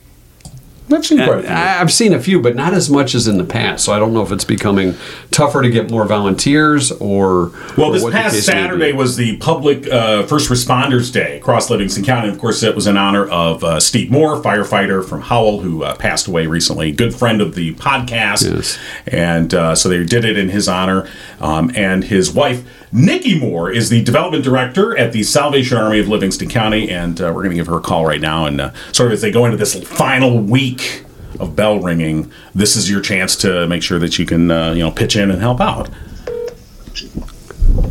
[SPEAKER 2] I've seen quite a few.
[SPEAKER 5] I, I've seen a few, but not as much as in the past. So I don't know if it's becoming tougher to get more volunteers or
[SPEAKER 2] Well,
[SPEAKER 5] or
[SPEAKER 2] this
[SPEAKER 5] what the
[SPEAKER 2] past
[SPEAKER 5] case may be.
[SPEAKER 2] Saturday was the Public uh, First Responders Day across Livingston County. Of course, it was in honor of uh, Steve Moore, firefighter from Howell, who uh, passed away recently. Good friend of the podcast,
[SPEAKER 5] Yes.
[SPEAKER 2] and uh, so they did it in his honor. Um, and his wife, Nikki Moore, is the development director at the Salvation Army of Livingston County, and uh, we're going to give her a call right now. And uh, sort of as they go into this final week. Of bell ringing, this is your chance to make sure that you can, uh, you know, pitch in and help out.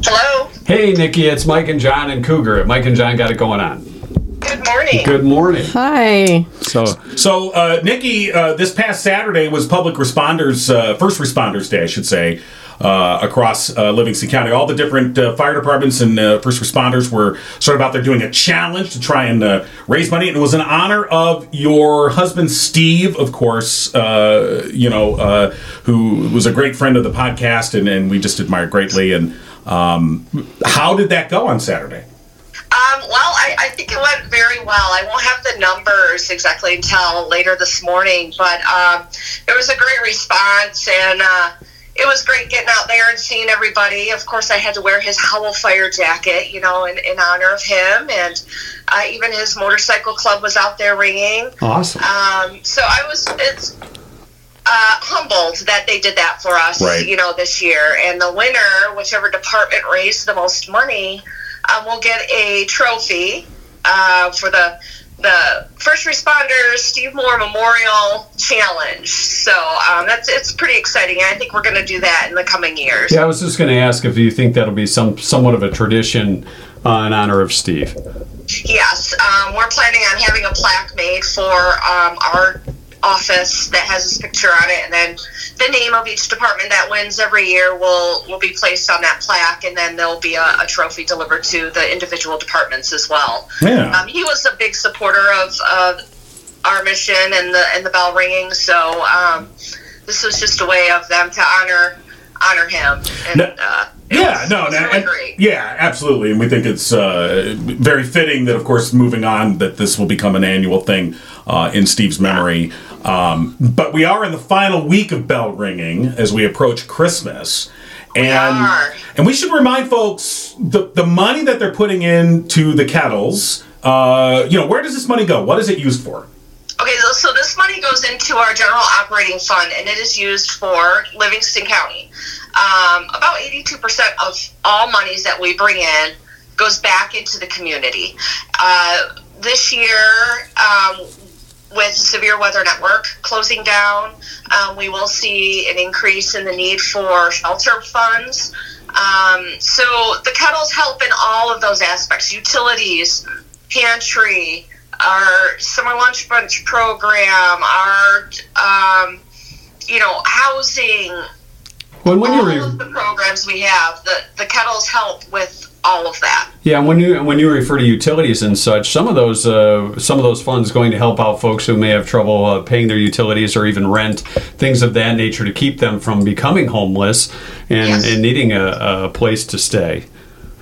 [SPEAKER 6] Hello.
[SPEAKER 5] Hey, Nikki, it's Mike and John and Cougar. at Mike and John got it going on.
[SPEAKER 6] Good morning.
[SPEAKER 5] Good morning.
[SPEAKER 1] hi
[SPEAKER 5] So
[SPEAKER 2] So, uh, Nikki, uh, this past Saturday was Public Responders, uh, First Responders Day, I should say. uh, across uh, Livingston County. All the different uh, fire departments and uh, first responders were sort of out there doing a challenge to try and uh, raise money. And it was in honor of your husband, Steve, of course, uh, you know, uh, who was a great friend of the podcast and, and we just admired greatly. And um, how did that go on Saturday?
[SPEAKER 6] Um, well, I, I think it went very well. I won't have the numbers exactly until later this morning, but um, it was a great response, and uh, it was great getting out there and seeing everybody. Of course, I had to wear his Howell fire jacket, you know, in, in honor of him, and uh, even his motorcycle club was out there ringing.
[SPEAKER 3] Awesome.
[SPEAKER 6] Um, so I was it's uh, humbled that they did that for us,
[SPEAKER 2] Right.
[SPEAKER 6] you know, this year. And the winner, whichever department raised the most money, um, will get a trophy uh, for the the first responders Steve Moore Memorial Challenge. So um, that's it's pretty exciting. I think we're going to do that in the coming years.
[SPEAKER 3] Yeah, I was just going to ask if you think that'll be some somewhat of a tradition uh, in honor of Steve.
[SPEAKER 6] Yes, um, we're planning on having a plaque made for um, our office that has his picture on it, and then the name of each department that wins every year will will be placed on that plaque, and then there'll be a, a trophy delivered to the individual departments as well.
[SPEAKER 2] Yeah.
[SPEAKER 6] Um, he was a big supporter of, of our mission and the and the bell ringing, so um, this was just a way of them to honor honor him. And,
[SPEAKER 2] No-
[SPEAKER 6] uh, it
[SPEAKER 2] Yeah,
[SPEAKER 6] was-
[SPEAKER 2] no,
[SPEAKER 6] it was
[SPEAKER 2] no,
[SPEAKER 6] really
[SPEAKER 2] and-
[SPEAKER 6] great.
[SPEAKER 2] yeah, absolutely, and we think it's uh, very fitting that, of course, moving on, that this will become an annual thing uh, in Steve's memory. Um, but we are in the final week of bell ringing as we approach Christmas, and
[SPEAKER 6] are.
[SPEAKER 2] and we should remind folks the the money that they're putting into the kettles. Uh, you know, where does this money go? What is it used for?
[SPEAKER 6] Okay, so- so this money goes into our general operating fund, and it is used for Livingston County. Um, about 82% of all monies that we bring in goes back into the community. Uh, this year, um, with severe weather network closing down, um, we will see an increase in the need for shelter funds. Um, so the kettles help in all of those aspects: utilities, pantry, our summer lunch bunch program, our um, you know housing,
[SPEAKER 3] When when you
[SPEAKER 6] all
[SPEAKER 3] re-
[SPEAKER 6] of the programs we have. The the kettles help with all of that.
[SPEAKER 3] yeah when you when you refer to utilities and such, some of those uh, some of those funds going to help out folks who may have trouble uh, paying their utilities or even rent things of that nature to keep them from becoming homeless and,
[SPEAKER 6] Yes.
[SPEAKER 3] and needing a, a place to stay.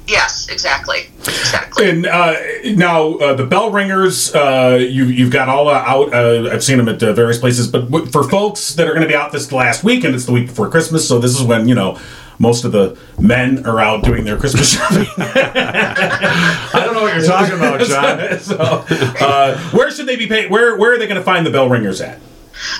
[SPEAKER 6] Yes, exactly, exactly.
[SPEAKER 2] And uh, now uh, the bell ringers, uh, you, you've got all uh, out. Uh, I've seen them at uh, various places, but w- for folks that are going to be out this last weekend, it's the week before Christmas, so this is when you know most of the men are out doing their Christmas <laughs> shopping.
[SPEAKER 3] I don't know what you're talking <laughs> about, John.
[SPEAKER 2] so, uh, where should they be paid? Where Where are they going to find the bell ringers at?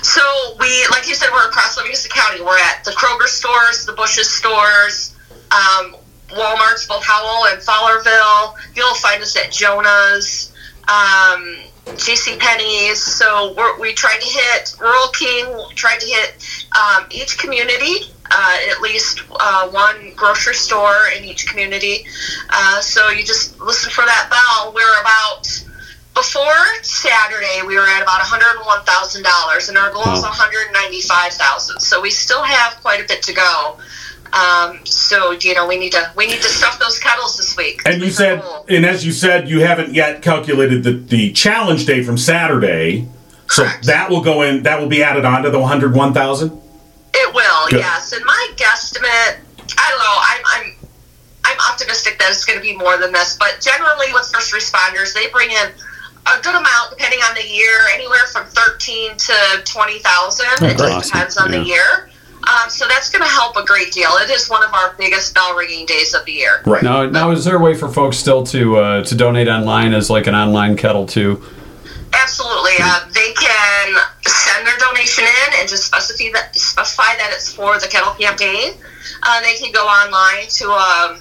[SPEAKER 6] So we, like you said, we're across Livingston County. We're at the Kroger stores, the Bush's stores, um, Walmart's, both Howell and Fowlerville. You'll find us at Jonah's, um, J.C. Penney's. So we're, we tried to hit Rural King. Tried to hit um, each community. Uh, at least uh, one grocery store in each community. Uh, so you just listen for that bell. We're about before Saturday, we were at about $101,000, and our goal is
[SPEAKER 3] Wow.
[SPEAKER 6] 195000 So we still have quite a bit to go. Um, so you know we need to we need to stuff those kettles this week.
[SPEAKER 2] And you
[SPEAKER 6] That's
[SPEAKER 2] said,
[SPEAKER 6] our goal.
[SPEAKER 2] and as you said, you haven't yet calculated the the challenge day from Saturday, so
[SPEAKER 6] Correct.
[SPEAKER 2] that will go in. That will be added on to the one hundred one thousand.
[SPEAKER 6] It will,
[SPEAKER 2] Good.
[SPEAKER 6] yes. And my guesstimate, I don't know. I'm, I'm, I'm optimistic that it's going to be more than this. But generally, with first responders, they bring in a good amount, depending on the year, anywhere from thirteen to twenty thousand. it just
[SPEAKER 3] awesome.
[SPEAKER 6] depends on the
[SPEAKER 3] Yeah.
[SPEAKER 6] year. Um, so that's going to help a great deal. It is one of our biggest bell ringing days of the year.
[SPEAKER 2] Right.
[SPEAKER 3] Now, now is there a way for folks still to uh, to donate online as like an online kettle too?
[SPEAKER 6] Absolutely. Uh, they can send their donation in and just specify that, specify that it's for the kettle campaign. Uh, they can go online to um,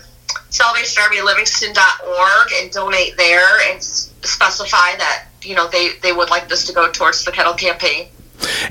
[SPEAKER 6] salvationarmylivingston.org and donate there and s- specify that you know they, they would like this to go towards the kettle campaign.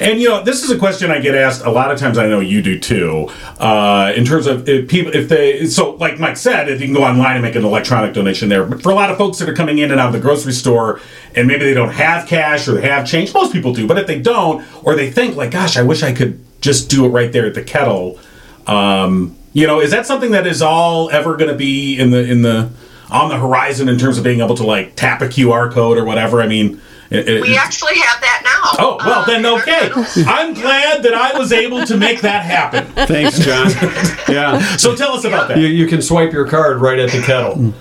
[SPEAKER 2] And you know, this is a question I get asked a lot of times. I know you do too. Uh, in terms of if people, if they, so like Mike said, if you can go online and make an electronic donation there. But for a lot of folks that are coming in and out of the grocery store, and maybe they don't have cash or they have change, most people do. But if they don't, or they think like, "Gosh, I wish I could just do it right there at the kettle," um, You know, is that something that is all ever going to be in the in the on the horizon in terms of being able to like tap a QR code or whatever? I mean, it, it-
[SPEAKER 6] We actually have that now.
[SPEAKER 2] Mm. oh well,
[SPEAKER 6] Um,
[SPEAKER 2] then
[SPEAKER 6] in our
[SPEAKER 2] okay.
[SPEAKER 6] journals.
[SPEAKER 2] I'm glad that I was able to make that happen.
[SPEAKER 3] Thanks, John. <laughs> yeah.
[SPEAKER 2] So tell us about
[SPEAKER 3] You,
[SPEAKER 2] that.
[SPEAKER 3] you can swipe your card right at the kettle.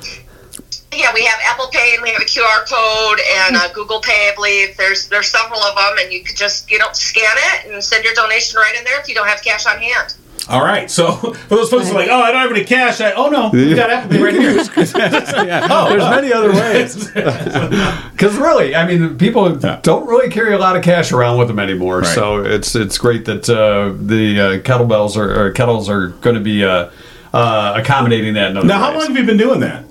[SPEAKER 6] Yeah, we have Apple Pay and we have a QR code and uh, Google Pay. I believe there's there's several of them, and you could just you know scan it and send your donation right in there if you don't have cash on hand.
[SPEAKER 2] All right. So for those folks who are like, oh, I don't have any cash. I, oh no, we got Apple Pay right here.
[SPEAKER 3] Yeah. There's many
[SPEAKER 2] <laughs>
[SPEAKER 3] other ways. Because really, I mean, people
[SPEAKER 2] Yeah.
[SPEAKER 3] don't really carry a lot of cash around with them anymore.
[SPEAKER 2] Right.
[SPEAKER 3] So it's it's great that uh, the uh, kettlebells are, or kettles are going to be uh, uh, accommodating that. in other
[SPEAKER 2] Now, how
[SPEAKER 3] ways.
[SPEAKER 2] long have you been doing that?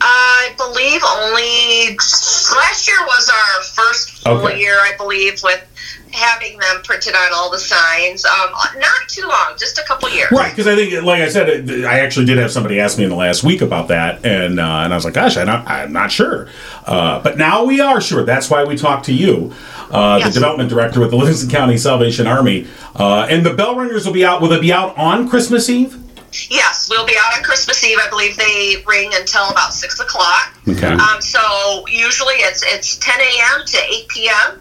[SPEAKER 6] I believe only last year was our first full
[SPEAKER 2] Okay.
[SPEAKER 6] year, I believe, with having them printed on all the signs. Um, not too long, just a couple years.
[SPEAKER 2] Right, because I think, like I said, it- I actually did have somebody ask me in the last week about that, and uh, and I was like, gosh, I don't, I'm not sure, uh, but now we are sure. That's why we talked to you, uh,
[SPEAKER 6] Yes.
[SPEAKER 2] the development director with the Livingston County Salvation Army, uh, and the bell ringers will be out. Will they be out on Christmas Eve?
[SPEAKER 6] Yes, we'll be out on Christmas Eve. I believe they ring until about six o'clock.
[SPEAKER 2] Okay.
[SPEAKER 6] Um, so usually it's it's ten a.m. to eight p.m.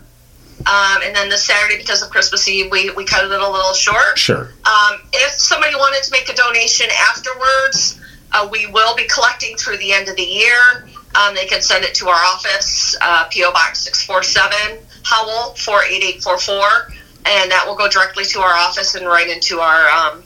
[SPEAKER 6] Um, and then this Saturday, because of Christmas Eve, we, we cut it a little short.
[SPEAKER 2] Sure.
[SPEAKER 6] Um, if somebody wanted to make a donation afterwards, uh, we will be collecting through the end of the year. Um, they can send it to our office, uh, PO Box 647, Howell 48844, and that will go directly to our office and right into our um,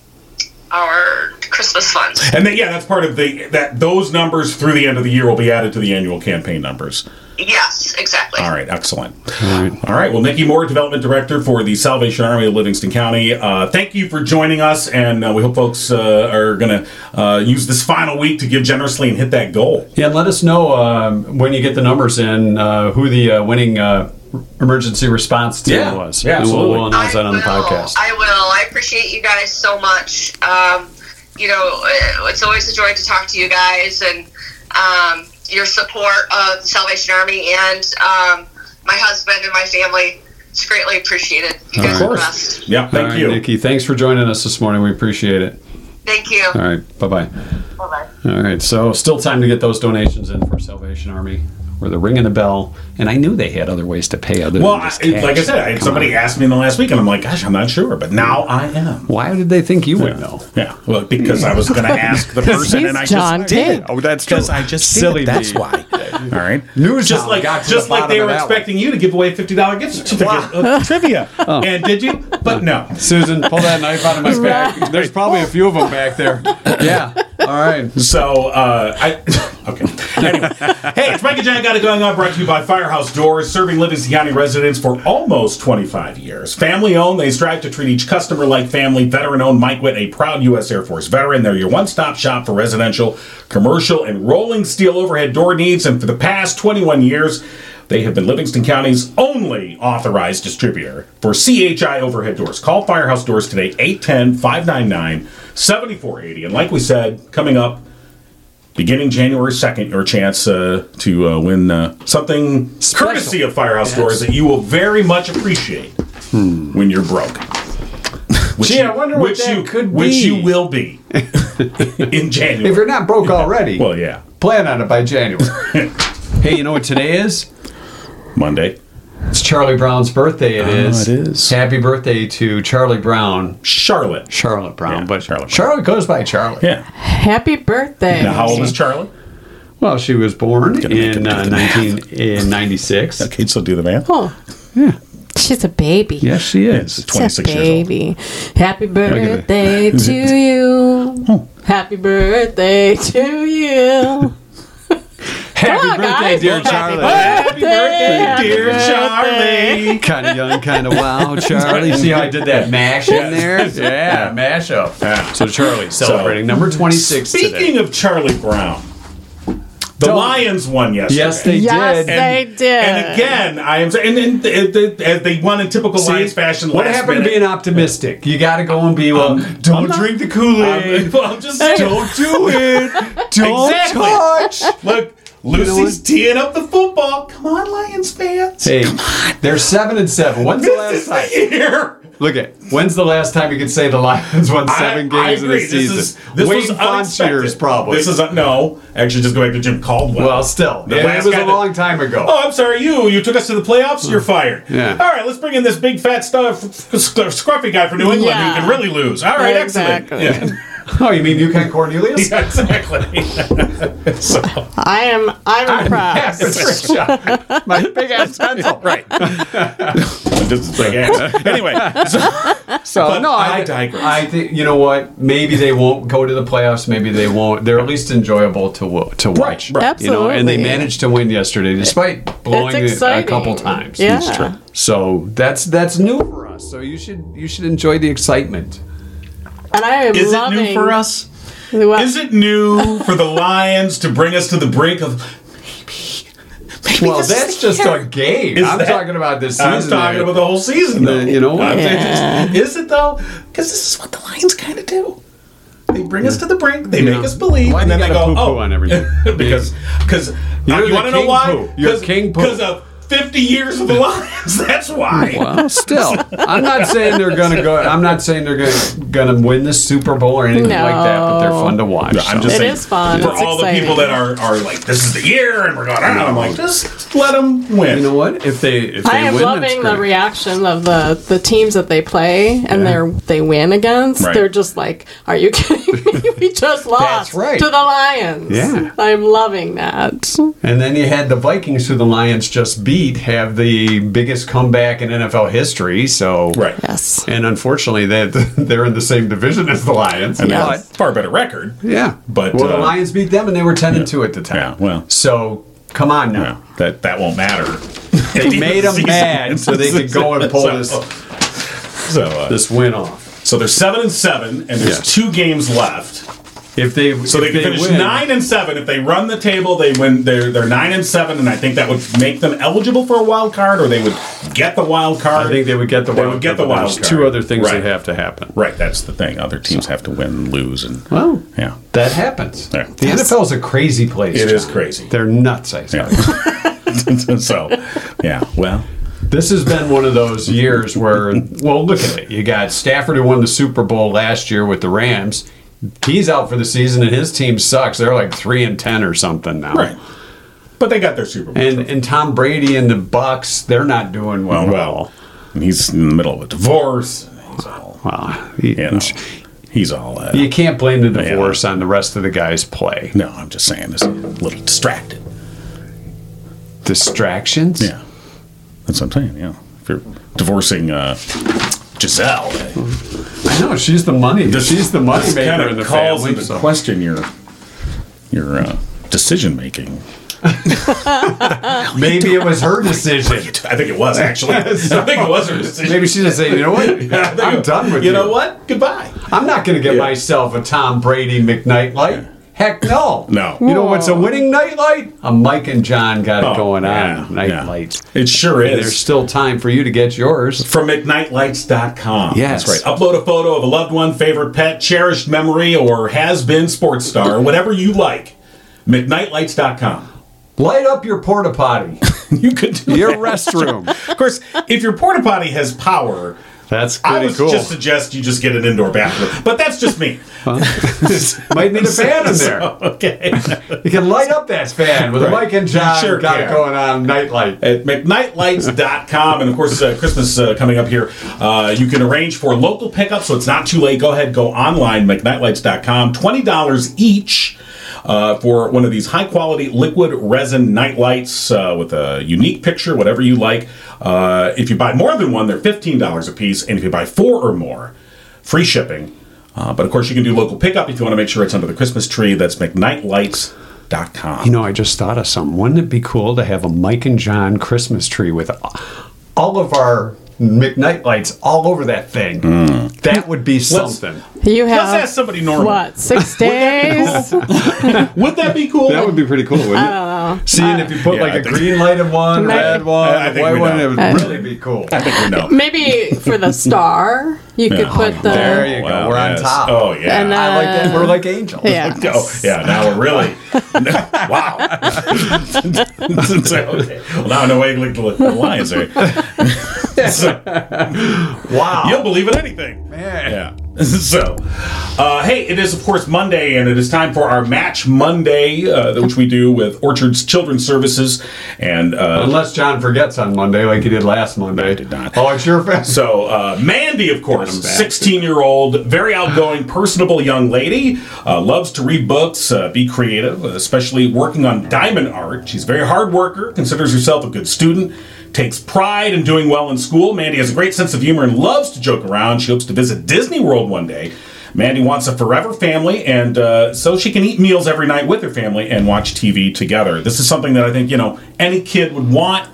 [SPEAKER 6] our Christmas funds.
[SPEAKER 2] And then, yeah, that's part of the that those numbers through the end of the year will be added to the annual campaign numbers.
[SPEAKER 6] Yes, exactly.
[SPEAKER 2] All right, excellent. All right. Well, Nikki Moore, Development Director for the Salvation Army of Livingston County. Uh, thank you for joining us, and uh, we hope folks uh, are going to uh, use this final week to give generously and hit that goal.
[SPEAKER 3] Yeah, and let us know um, when you get the numbers in uh, who the uh, winning uh, emergency response team
[SPEAKER 2] Yeah.
[SPEAKER 3] was.
[SPEAKER 2] Yeah,
[SPEAKER 3] And we'll- we'll,
[SPEAKER 2] absolutely.
[SPEAKER 3] announce that on the
[SPEAKER 6] will.
[SPEAKER 3] podcast.
[SPEAKER 6] I will. I appreciate you guys so much. Um, you know, uh, it's always a joy to talk to you guys and um, your support of the Salvation Army and um, my husband and my family. It's greatly appreciated. You guys are the best.
[SPEAKER 2] Yeah,
[SPEAKER 3] All
[SPEAKER 2] thank
[SPEAKER 3] right,
[SPEAKER 2] you.
[SPEAKER 3] Nikki. Thanks for joining us this morning. We appreciate it.
[SPEAKER 6] Thank you.
[SPEAKER 3] All right, bye bye.
[SPEAKER 6] Bye-bye.
[SPEAKER 3] All right, so still time to get those donations in for Salvation Army, where they're ringing the bell. And I knew they had other ways to pay other
[SPEAKER 2] Well,
[SPEAKER 3] than
[SPEAKER 2] I,
[SPEAKER 3] just cash.
[SPEAKER 2] like I said, I,
[SPEAKER 3] Come
[SPEAKER 2] somebody
[SPEAKER 3] on.
[SPEAKER 2] asked me in the last week, and I'm like, gosh, I'm not sure, but now I am.
[SPEAKER 3] Why did they think you would know?
[SPEAKER 2] Yeah, well, because I was going
[SPEAKER 3] <laughs>
[SPEAKER 2] to ask the person,
[SPEAKER 7] he's
[SPEAKER 2] and I
[SPEAKER 7] John
[SPEAKER 2] just did.
[SPEAKER 7] Pig.
[SPEAKER 2] Oh, that's because I just
[SPEAKER 3] Silly
[SPEAKER 2] <laughs> silly. Did. it. That's
[SPEAKER 3] me.
[SPEAKER 2] why. <laughs> All right.
[SPEAKER 3] News
[SPEAKER 2] just
[SPEAKER 3] hour
[SPEAKER 2] like
[SPEAKER 3] got to
[SPEAKER 2] just
[SPEAKER 3] the
[SPEAKER 2] like
[SPEAKER 3] bottom
[SPEAKER 2] they
[SPEAKER 3] of
[SPEAKER 2] were
[SPEAKER 3] that one.
[SPEAKER 2] expecting you to give away fifty dollar gift certificate of uh,
[SPEAKER 3] <laughs>
[SPEAKER 2] trivia,
[SPEAKER 3] Oh.
[SPEAKER 2] and did you? But no.
[SPEAKER 3] Susan, pull that knife out of my back. There's probably a few of them
[SPEAKER 2] <laughs>
[SPEAKER 3] back there. <laughs> yeah. All right.
[SPEAKER 2] So, uh, I, <laughs> okay. Anyway, hey, it's Mike and John Got It Going On, brought to you by Firehouse Doors, serving Livingston County residents for almost 25 years. Family owned, they strive to treat each customer like family. Veteran owned, Mike Witt, a proud U.S. Air Force veteran. They're your one stop shop for residential, commercial, and rolling steel overhead door needs. And for the past 21 years, they have been Livingston County's only authorized distributor for CHI overhead doors. Call Firehouse Doors today, 810 599 7480. And like we said, coming up, beginning January 2nd, your chance uh, to uh, win uh, something courtesy of Firehouse Doors that you will very much appreciate when you're broke. Which,
[SPEAKER 3] Hmm. Gee, I wonder what
[SPEAKER 2] which
[SPEAKER 3] that
[SPEAKER 2] you
[SPEAKER 3] could
[SPEAKER 2] Which
[SPEAKER 3] be.
[SPEAKER 2] you will
[SPEAKER 3] <laughs>
[SPEAKER 2] be in January.
[SPEAKER 3] If you're not broke already,
[SPEAKER 2] well, yeah.
[SPEAKER 3] plan on it by January.
[SPEAKER 2] <laughs>
[SPEAKER 3] hey, you know what today is?
[SPEAKER 2] Monday.
[SPEAKER 3] It's Charlie Brown's birthday. It is.
[SPEAKER 7] it is.
[SPEAKER 3] Happy birthday to Charlie Brown.
[SPEAKER 2] Charlotte.
[SPEAKER 3] Charlotte Brown,
[SPEAKER 2] Yeah,
[SPEAKER 3] but
[SPEAKER 2] Charlotte
[SPEAKER 3] Charlotte,
[SPEAKER 2] Brown.
[SPEAKER 3] goes by Charlie.
[SPEAKER 2] Yeah.
[SPEAKER 1] Happy birthday.
[SPEAKER 2] Now, how old is Charlotte?
[SPEAKER 3] Well, she was born
[SPEAKER 2] make him
[SPEAKER 3] in
[SPEAKER 2] do
[SPEAKER 3] uh,
[SPEAKER 2] the math.
[SPEAKER 3] 1996.
[SPEAKER 2] Okay, so do the math.
[SPEAKER 1] Oh, she's a baby.
[SPEAKER 3] Yes, she
[SPEAKER 2] It's
[SPEAKER 3] is.
[SPEAKER 2] 26
[SPEAKER 1] a
[SPEAKER 2] years old.
[SPEAKER 1] baby. Happy
[SPEAKER 3] <laughs>
[SPEAKER 1] birthday to you.
[SPEAKER 2] Oh.
[SPEAKER 1] Happy birthday to you.
[SPEAKER 3] Happy
[SPEAKER 1] on, guys.
[SPEAKER 2] Happy birthday, dear Charlie.
[SPEAKER 3] kind of young, kind of <laughs> wild, Charlie. See how I did that mash in there? <laughs> Yeah, mash up. So Charlie celebrating number 26 today.
[SPEAKER 2] Ah. Speaking of Charlie Brown, the
[SPEAKER 3] Don't-
[SPEAKER 2] Lions won yesterday.
[SPEAKER 3] Yes, they
[SPEAKER 1] Yes,
[SPEAKER 3] did.
[SPEAKER 1] they did.
[SPEAKER 2] And again, I am and, and, and, and, and they won in typical
[SPEAKER 3] See,
[SPEAKER 2] Lions fashion.
[SPEAKER 3] what
[SPEAKER 2] last
[SPEAKER 3] happened to
[SPEAKER 2] minute.
[SPEAKER 3] being optimistic? You got to go and be well. don't drink the
[SPEAKER 2] <laughs>
[SPEAKER 3] Kool
[SPEAKER 2] I'm, well, I'm just don't do it.
[SPEAKER 3] Don't
[SPEAKER 2] exactly.
[SPEAKER 3] touch.
[SPEAKER 2] Look, Lucy's teeing up the football. Come on, Lions fans.
[SPEAKER 3] Hey, they're seven and seven. When's the
[SPEAKER 2] This is
[SPEAKER 3] last time?
[SPEAKER 2] the year
[SPEAKER 3] Look at when's the last time you could say the Lions won
[SPEAKER 2] I-
[SPEAKER 3] seven
[SPEAKER 2] I
[SPEAKER 3] games in
[SPEAKER 2] agree.
[SPEAKER 3] a season?
[SPEAKER 2] This, is, this
[SPEAKER 3] Wayne
[SPEAKER 2] was
[SPEAKER 3] Fontier's
[SPEAKER 2] unexpected.
[SPEAKER 3] probably.
[SPEAKER 2] This is a, no. Actually, just go back to Jim Caldwell.
[SPEAKER 3] well, still,
[SPEAKER 2] The
[SPEAKER 3] it,
[SPEAKER 2] last
[SPEAKER 3] it was
[SPEAKER 2] guy
[SPEAKER 3] a
[SPEAKER 2] that-
[SPEAKER 3] long time ago.
[SPEAKER 2] Oh, I'm sorry, you. You took us to the playoffs. You're fired.
[SPEAKER 3] Yeah.
[SPEAKER 2] All right, let's bring in this big fat stuff, scruffy guy from New England
[SPEAKER 1] Yeah.
[SPEAKER 2] who can really lose. All right,
[SPEAKER 1] Exactly.
[SPEAKER 2] excellent. Yeah.
[SPEAKER 3] Oh, you mean UConn
[SPEAKER 2] <laughs>
[SPEAKER 3] Cornelius?
[SPEAKER 2] Yeah, exactly. so,
[SPEAKER 1] I am. I'm impressed.
[SPEAKER 3] Patricia, <laughs> my big ass pencil.
[SPEAKER 2] right. <laughs> Just a big ass. Anyway, so,
[SPEAKER 3] So
[SPEAKER 2] But
[SPEAKER 3] no, I,
[SPEAKER 2] I digress.
[SPEAKER 3] I think you know what. Maybe they won't go to the playoffs. Maybe they won't. They're at least enjoyable to wa- to watch.
[SPEAKER 2] right.
[SPEAKER 3] You know, and they
[SPEAKER 1] Absolutely.
[SPEAKER 3] managed to win yesterday despite blowing it a
[SPEAKER 1] exciting.
[SPEAKER 3] couple times.
[SPEAKER 1] Yeah. It's true.
[SPEAKER 3] So that's that's new for us. So you should you should enjoy the excitement.
[SPEAKER 1] And I am
[SPEAKER 2] is it
[SPEAKER 1] loving.
[SPEAKER 2] new for us?
[SPEAKER 1] Well,
[SPEAKER 2] Is it new for the Lions to bring us to the brink of?
[SPEAKER 3] well, that's just a game.
[SPEAKER 2] Is
[SPEAKER 3] I'm
[SPEAKER 2] that-
[SPEAKER 3] talking about this season.
[SPEAKER 2] I'm talking
[SPEAKER 3] there.
[SPEAKER 2] about the whole season, though.
[SPEAKER 3] You know what?
[SPEAKER 2] I'm saying just- is it though? Because this is what the Lions kind of do. They bring us to the brink. They make us believe,
[SPEAKER 3] Why
[SPEAKER 2] and
[SPEAKER 3] do
[SPEAKER 2] then
[SPEAKER 3] you
[SPEAKER 2] they go,
[SPEAKER 3] gotta poo-poo
[SPEAKER 2] "Oh,
[SPEAKER 3] on everything?"
[SPEAKER 2] <laughs> because because uh,
[SPEAKER 3] You're
[SPEAKER 2] you
[SPEAKER 3] the
[SPEAKER 2] want to know
[SPEAKER 3] king
[SPEAKER 2] why?
[SPEAKER 3] poo. You're king poo.
[SPEAKER 2] Because of 50 years of the Lions. <laughs> That's why.
[SPEAKER 3] Well, still, I'm not saying they're gonna go. I'm not saying they're gonna gonna win the Super Bowl or anything like that. But they're fun to watch.
[SPEAKER 2] I'm just
[SPEAKER 1] It
[SPEAKER 2] saying
[SPEAKER 1] is fun.
[SPEAKER 2] for
[SPEAKER 1] It's
[SPEAKER 2] all the people
[SPEAKER 1] exciting.
[SPEAKER 2] that are are like, "This is the year," and we're going, "Ah," I'm like, just let them win.
[SPEAKER 3] You know what? If they if they
[SPEAKER 1] I am
[SPEAKER 3] win,
[SPEAKER 1] loving
[SPEAKER 3] that's
[SPEAKER 1] the
[SPEAKER 3] great.
[SPEAKER 1] reaction of the, the teams that they play and they're they win against.
[SPEAKER 2] Right.
[SPEAKER 1] They're just like, "Are you <laughs> kidding me? We just lost
[SPEAKER 3] right.
[SPEAKER 1] to the Lions."
[SPEAKER 3] Yeah.
[SPEAKER 1] I'm loving that.
[SPEAKER 3] And then you had the Vikings, who the Lions just beat, have the biggest comeback in NFL history. So
[SPEAKER 2] Right.
[SPEAKER 1] Yes,
[SPEAKER 3] And unfortunately, that <laughs> they're in the same division as the Lions.
[SPEAKER 1] Yes.
[SPEAKER 2] Far better record.
[SPEAKER 3] But, yeah.
[SPEAKER 2] But,
[SPEAKER 3] well, the
[SPEAKER 2] uh,
[SPEAKER 3] Lions beat them, and they were ten and two at the time.
[SPEAKER 2] Yeah, well.
[SPEAKER 3] So come on now.
[SPEAKER 2] Yeah, that that won't matter.
[SPEAKER 3] They made
[SPEAKER 2] <laughs>
[SPEAKER 3] them mad so they could go and pull
[SPEAKER 2] So-
[SPEAKER 3] this
[SPEAKER 2] So uh,
[SPEAKER 3] this win off.
[SPEAKER 2] so they're seven and seven, and there's
[SPEAKER 3] Yeah.
[SPEAKER 2] two games left.
[SPEAKER 3] If they
[SPEAKER 2] So they
[SPEAKER 3] if
[SPEAKER 2] can finish
[SPEAKER 3] win-
[SPEAKER 2] nine and seven. If they run the table, they win. They're they're nine and seven, and I think that would make them eligible for a wild card, or they would get the wild card.
[SPEAKER 3] I think they would get the
[SPEAKER 2] They
[SPEAKER 3] wild
[SPEAKER 2] would get
[SPEAKER 3] card,
[SPEAKER 2] the
[SPEAKER 3] but
[SPEAKER 2] wild
[SPEAKER 3] there's
[SPEAKER 2] card.
[SPEAKER 3] Two other things
[SPEAKER 2] Right.
[SPEAKER 3] that have to happen.
[SPEAKER 2] right. That's the thing. Other teams have to win, lose, and
[SPEAKER 3] Well,
[SPEAKER 2] yeah,
[SPEAKER 3] that happens.
[SPEAKER 2] Yeah.
[SPEAKER 3] The NFL is a crazy place.
[SPEAKER 2] It is
[SPEAKER 3] John.
[SPEAKER 2] crazy.
[SPEAKER 3] They're nuts. I say.
[SPEAKER 2] <laughs> so yeah. Well,
[SPEAKER 3] This has been one of those years where, well, look at it. You got Stafford who won the Super Bowl last year with the Rams. He's out for the season, and his team sucks. They're like three and ten or something now.
[SPEAKER 2] right. But they got their Super Bowl.
[SPEAKER 3] And and Tom Brady and the Bucks, they're not doing
[SPEAKER 2] Oh,
[SPEAKER 3] well.
[SPEAKER 2] well, well, and he's in the middle of a divorce. He's all,
[SPEAKER 3] Well, you,
[SPEAKER 2] you know, he's all. Uh,
[SPEAKER 3] you can't blame the divorce on the rest of the guys' play.
[SPEAKER 2] No, I'm just saying this. A little distracted.
[SPEAKER 3] Distractions.
[SPEAKER 2] Yeah, that's what I'm saying. Yeah, if you're divorcing uh, Giselle,
[SPEAKER 3] I know she's the money. she's the money
[SPEAKER 2] this
[SPEAKER 3] maker in
[SPEAKER 2] kind
[SPEAKER 3] the
[SPEAKER 2] of calls
[SPEAKER 3] family.
[SPEAKER 2] into
[SPEAKER 3] so-
[SPEAKER 2] question your your uh, decision making.
[SPEAKER 3] Maybe it was her decision.
[SPEAKER 2] I think it was actually.
[SPEAKER 3] <laughs>
[SPEAKER 2] I think it was her decision.
[SPEAKER 3] Maybe she just said, "You know what?
[SPEAKER 2] <laughs>
[SPEAKER 3] I'm done with you."
[SPEAKER 2] You know what? Goodbye.
[SPEAKER 3] I'm not going to get myself a Tom Brady McKnight light. Heck no.
[SPEAKER 2] No. Oh,
[SPEAKER 3] You know what's a winning night light? A Mike and John got it going
[SPEAKER 2] yeah,
[SPEAKER 3] on. Night
[SPEAKER 2] yeah.
[SPEAKER 3] light.
[SPEAKER 2] It sure is.
[SPEAKER 3] There's still time for you to get yours.
[SPEAKER 2] from McKnightLights.com.
[SPEAKER 3] Yes.
[SPEAKER 2] That's right. Upload a photo of a loved one, favorite pet, cherished memory, or has been sports star, whatever you like. McKnightLights.com.
[SPEAKER 3] Light up your porta potty,
[SPEAKER 2] <laughs> You could do
[SPEAKER 3] <laughs> your
[SPEAKER 2] that.
[SPEAKER 3] restroom.
[SPEAKER 2] Of course, if your porta potty has power,
[SPEAKER 3] That's
[SPEAKER 2] I
[SPEAKER 3] pretty
[SPEAKER 2] would
[SPEAKER 3] cool. <laughs>
[SPEAKER 2] just suggest you just get an indoor bathroom. But that's just me.
[SPEAKER 3] Might need a fan in there.
[SPEAKER 2] <laughs> So, okay.
[SPEAKER 3] You can light up that fan with a
[SPEAKER 2] Right.
[SPEAKER 3] Mike and John
[SPEAKER 2] Sure
[SPEAKER 3] got
[SPEAKER 2] can.
[SPEAKER 3] it going on. Night light.
[SPEAKER 2] At McKnightLights.com. And of course, uh, Christmas uh, coming up here. Uh, you can arrange for local pickup, so it's not too late. Go ahead, go online, McKnightLights.com. $20 each. Uh, for one of these high quality liquid resin night lights uh, with a unique picture, whatever you like. Uh, if you buy more than one, they're $15 a piece. And if you buy four or more, free shipping. Uh, but of course, you can do local pickup if you want to make sure it's under the Christmas tree. That's McKnightLights.com.
[SPEAKER 3] You know, I just thought of something. Wouldn't it be cool to have a Mike and John Christmas tree with all of our McKnight lights all over that thing?
[SPEAKER 2] Hmm.
[SPEAKER 3] That would be something.
[SPEAKER 1] you
[SPEAKER 2] Let's
[SPEAKER 1] have
[SPEAKER 2] ask somebody normal.
[SPEAKER 1] what six days?
[SPEAKER 2] Would that be cool?
[SPEAKER 3] pretty cool, wouldn't it?
[SPEAKER 1] know.
[SPEAKER 3] Seeing if you put
[SPEAKER 2] Yeah,
[SPEAKER 3] like
[SPEAKER 2] I
[SPEAKER 3] a
[SPEAKER 2] think-
[SPEAKER 3] green light in one,
[SPEAKER 1] Maybe-
[SPEAKER 3] red one,
[SPEAKER 2] I- I think
[SPEAKER 3] white
[SPEAKER 2] we
[SPEAKER 3] one,
[SPEAKER 2] know.
[SPEAKER 3] it would
[SPEAKER 1] I-
[SPEAKER 3] really be cool.
[SPEAKER 1] Uh,
[SPEAKER 2] I think
[SPEAKER 1] <laughs>
[SPEAKER 2] we know.
[SPEAKER 1] Maybe for the star, you could
[SPEAKER 2] Yeah.
[SPEAKER 1] put the.
[SPEAKER 3] There you go.
[SPEAKER 2] Wow,
[SPEAKER 3] We're on
[SPEAKER 2] yes.
[SPEAKER 3] top.
[SPEAKER 2] Oh yeah.
[SPEAKER 1] And, uh,
[SPEAKER 3] I like that. We're like angels.
[SPEAKER 1] Yeah.
[SPEAKER 2] <laughs> Oh, yeah, now we're really. <laughs> wow. <laughs> so, okay. Well, now I know why you licked the the lines there. So,
[SPEAKER 3] Wow.
[SPEAKER 2] you'll believe in anything. Yeah. <laughs> So, uh, hey, it is, of course, Monday, and it is time for our Match Monday, uh, which we do with Orchard's Children's Services. And uh,
[SPEAKER 3] Unless John forgets on Monday, like he did last Monday. I
[SPEAKER 2] did not.
[SPEAKER 3] Oh, it's your fast.
[SPEAKER 2] So uh, Mandy, of course,
[SPEAKER 3] Got him back.
[SPEAKER 2] sixteen-year-old, very outgoing, personable young lady, uh, loves to read books, uh, be creative, especially working on diamond art. She's a very hard worker, considers herself a good student, takes pride in doing well in school. Mandy has a great sense of humor and loves to joke around. She hopes to visit Disney World one day. Mandy wants a forever family, and uh, so she can eat meals every night with her family and watch TV together. This is something that I think you know any kid would want.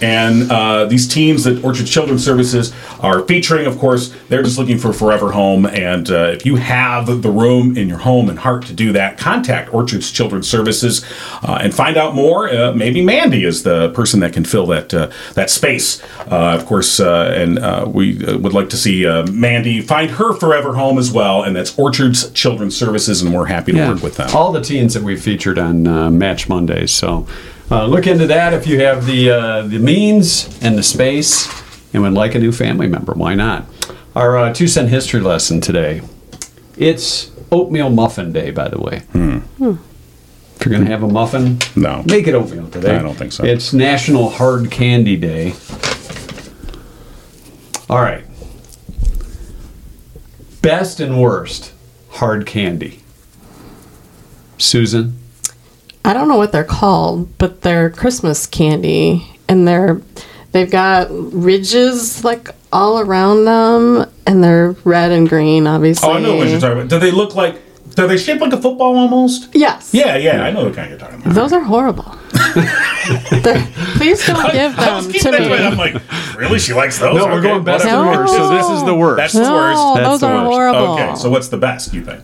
[SPEAKER 2] And uh, these teams that Orchard Children's Services are featuring, of course, they're just looking for a forever home. And uh, if you have the room in your home and heart to do that, contact Orchard's Children's Services uh, and find out more. Uh, maybe Mandy is the person that can fill that uh, that space, uh, of course. Uh, and uh, we uh, would like to see uh, Mandy find her forever home as well. And that's Orchard's Children's Services, and we're happy to work with them.
[SPEAKER 3] All the teens that we featured on uh, Match Mondays. So uh, look into that if you have the uh, the means and the space and would like a new family member. Why not? Our uh, two cent history lesson today. It's oatmeal muffin day, by the way.
[SPEAKER 2] Hmm.
[SPEAKER 3] If you're gonna have a muffin,
[SPEAKER 2] No.
[SPEAKER 3] make it oatmeal today.
[SPEAKER 2] I don't think so.
[SPEAKER 3] It's National Hard Candy Day. All right. Best and worst hard candy. Susan.
[SPEAKER 1] I don't know what they're called, but they're Christmas candy, and they're they've got ridges like all around them, and they're red and green, obviously.
[SPEAKER 2] Oh, I know what you're talking about. Do they look like? Do they shape like a football almost?
[SPEAKER 1] Yes.
[SPEAKER 2] Yeah, yeah, I know the kind you're talking about.
[SPEAKER 1] Those are
[SPEAKER 2] <laughs>
[SPEAKER 1] horrible. They're- please don't give
[SPEAKER 2] I was
[SPEAKER 1] them
[SPEAKER 2] keeping
[SPEAKER 1] Um, to
[SPEAKER 2] that
[SPEAKER 1] me.
[SPEAKER 2] in mind. I'm like, really? She likes those?
[SPEAKER 3] No, we're going best
[SPEAKER 2] whatever.
[SPEAKER 3] and
[SPEAKER 1] No.
[SPEAKER 3] worst. So this is the worst.
[SPEAKER 2] That's the
[SPEAKER 1] no,
[SPEAKER 2] worst.
[SPEAKER 3] That's
[SPEAKER 1] those
[SPEAKER 3] the
[SPEAKER 1] are
[SPEAKER 3] worst.
[SPEAKER 1] horrible.
[SPEAKER 2] Okay, so what's the best you think?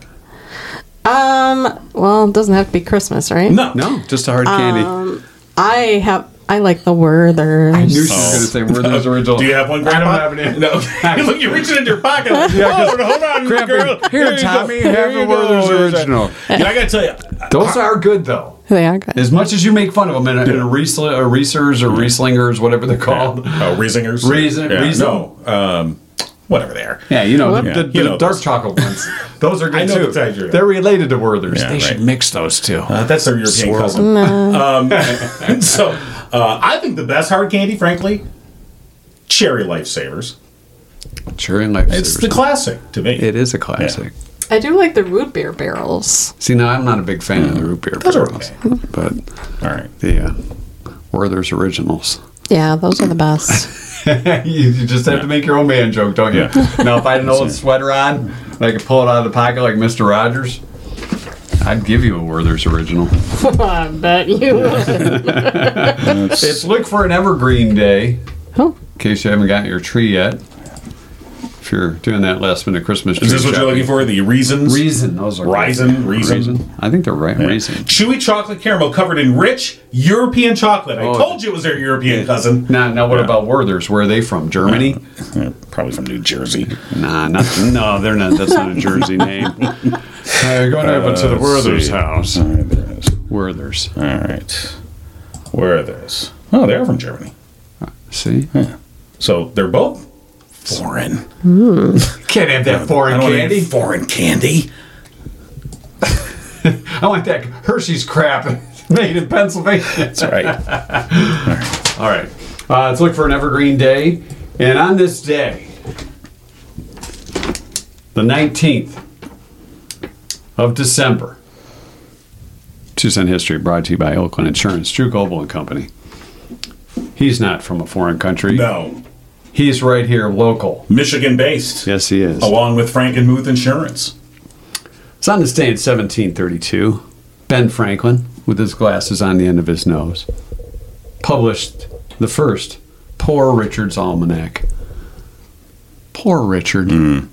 [SPEAKER 1] um, well, it doesn't have to be Christmas, right?
[SPEAKER 2] No,
[SPEAKER 3] no, just a hard candy.
[SPEAKER 1] I have. I like the Werther's.
[SPEAKER 3] I knew she was going to say Werther's original.
[SPEAKER 2] <laughs> Do you have one?
[SPEAKER 3] I don't
[SPEAKER 2] Grandpa?
[SPEAKER 3] have any.
[SPEAKER 2] No. <laughs> Okay. Look, you're reaching into your
[SPEAKER 3] <laughs>
[SPEAKER 2] pocket. oh, hold on,
[SPEAKER 3] Grab
[SPEAKER 2] girl.
[SPEAKER 3] it. Here,
[SPEAKER 2] you
[SPEAKER 3] Tommy,
[SPEAKER 2] go.
[SPEAKER 3] have
[SPEAKER 2] Here
[SPEAKER 3] the
[SPEAKER 2] you go.
[SPEAKER 3] Werther's
[SPEAKER 2] <laughs>
[SPEAKER 3] original.
[SPEAKER 2] Yeah, I gotta tell you, uh,
[SPEAKER 3] Those are good though.
[SPEAKER 1] They are good.
[SPEAKER 3] As much as you make fun of them in a, in a, Riesl- a Reesers or Rieslingers, whatever they're called.
[SPEAKER 2] oh, Riesingers,
[SPEAKER 3] Raisin-
[SPEAKER 2] yeah,
[SPEAKER 3] Raisin.
[SPEAKER 2] no, um, whatever they are.
[SPEAKER 3] Yeah, you know,
[SPEAKER 1] What?
[SPEAKER 3] the,
[SPEAKER 2] Yeah,
[SPEAKER 3] the,
[SPEAKER 2] you
[SPEAKER 3] the
[SPEAKER 2] know
[SPEAKER 3] dark
[SPEAKER 2] those.
[SPEAKER 3] chocolate ones. <laughs> Those are good
[SPEAKER 2] I know
[SPEAKER 3] too.
[SPEAKER 2] the type you're-
[SPEAKER 3] They're related to Werther's.
[SPEAKER 2] Yeah,
[SPEAKER 3] they should
[SPEAKER 2] right.
[SPEAKER 3] mix those two.
[SPEAKER 2] Uh, that's their European
[SPEAKER 3] Swirl.
[SPEAKER 2] cousin.
[SPEAKER 3] <laughs>
[SPEAKER 2] Um, <laughs> so, uh, I think the best hard candy, frankly, cherry lifesavers.
[SPEAKER 3] Cherry life.
[SPEAKER 2] It's the classic to me.
[SPEAKER 3] it is a classic.
[SPEAKER 1] I do like the root beer barrels.
[SPEAKER 3] See, now I'm not a big fan of the root beer.
[SPEAKER 2] Mm. Those are
[SPEAKER 3] barrels,
[SPEAKER 2] okay.
[SPEAKER 3] But
[SPEAKER 2] All right.
[SPEAKER 3] the uh, Werther's originals.
[SPEAKER 1] Yeah, those are the best.
[SPEAKER 3] you you just have to make your own man joke, don't you?
[SPEAKER 2] Yeah.
[SPEAKER 3] Now, if I had an old sweater on and I could pull it out of the pocket like Mister Rogers, I'd give you a Werther's original.
[SPEAKER 1] <laughs> I bet you would.
[SPEAKER 3] It's look for an evergreen day.
[SPEAKER 1] Oh.
[SPEAKER 3] In case you haven't gotten your tree yet, if you're doing that last minute Christmas tree
[SPEAKER 2] Is this what you're
[SPEAKER 3] shopping.
[SPEAKER 2] looking for? The reasons?
[SPEAKER 3] Reason, those are
[SPEAKER 2] Raisin, raisin.
[SPEAKER 3] I think they're right. Raisin.
[SPEAKER 2] Chewy chocolate caramel covered in rich European chocolate. I
[SPEAKER 3] Oh,
[SPEAKER 2] told you it was their European cousin.
[SPEAKER 3] Now, now what about Werther's? Where are they from? Germany?
[SPEAKER 2] Probably from New Jersey.
[SPEAKER 3] Nah, not, no, they're not. That's not a Jersey name. Uh, You're going over to the Werther's house.
[SPEAKER 2] All right, there it is.
[SPEAKER 3] Werther's.
[SPEAKER 2] All right. Where are those? Oh, they are from Germany.
[SPEAKER 3] See?
[SPEAKER 2] So they're both foreign.
[SPEAKER 3] Can't have that foreign
[SPEAKER 2] I don't want any
[SPEAKER 3] candy.
[SPEAKER 2] foreign candy.
[SPEAKER 3] I want that Hershey's crap <laughs> made in Pennsylvania.
[SPEAKER 2] That's right.
[SPEAKER 3] <laughs> All right. Uh, let's look for an evergreen day. And on this day, the 19th of December, Tucson History brought to you by Oakland Insurance, Drew Goble and Company. He's not from a foreign country.
[SPEAKER 2] <laughs> no.
[SPEAKER 3] He's right here local.
[SPEAKER 2] Michigan based.
[SPEAKER 3] Yes, he is.
[SPEAKER 2] Along with Frankenmuth Insurance.
[SPEAKER 3] Oh, It's on this day in 1732. Ben Franklin, with his glasses on the end of his nose, published the first Poor Richard's Almanac. Hmm. Poor Richard.
[SPEAKER 1] What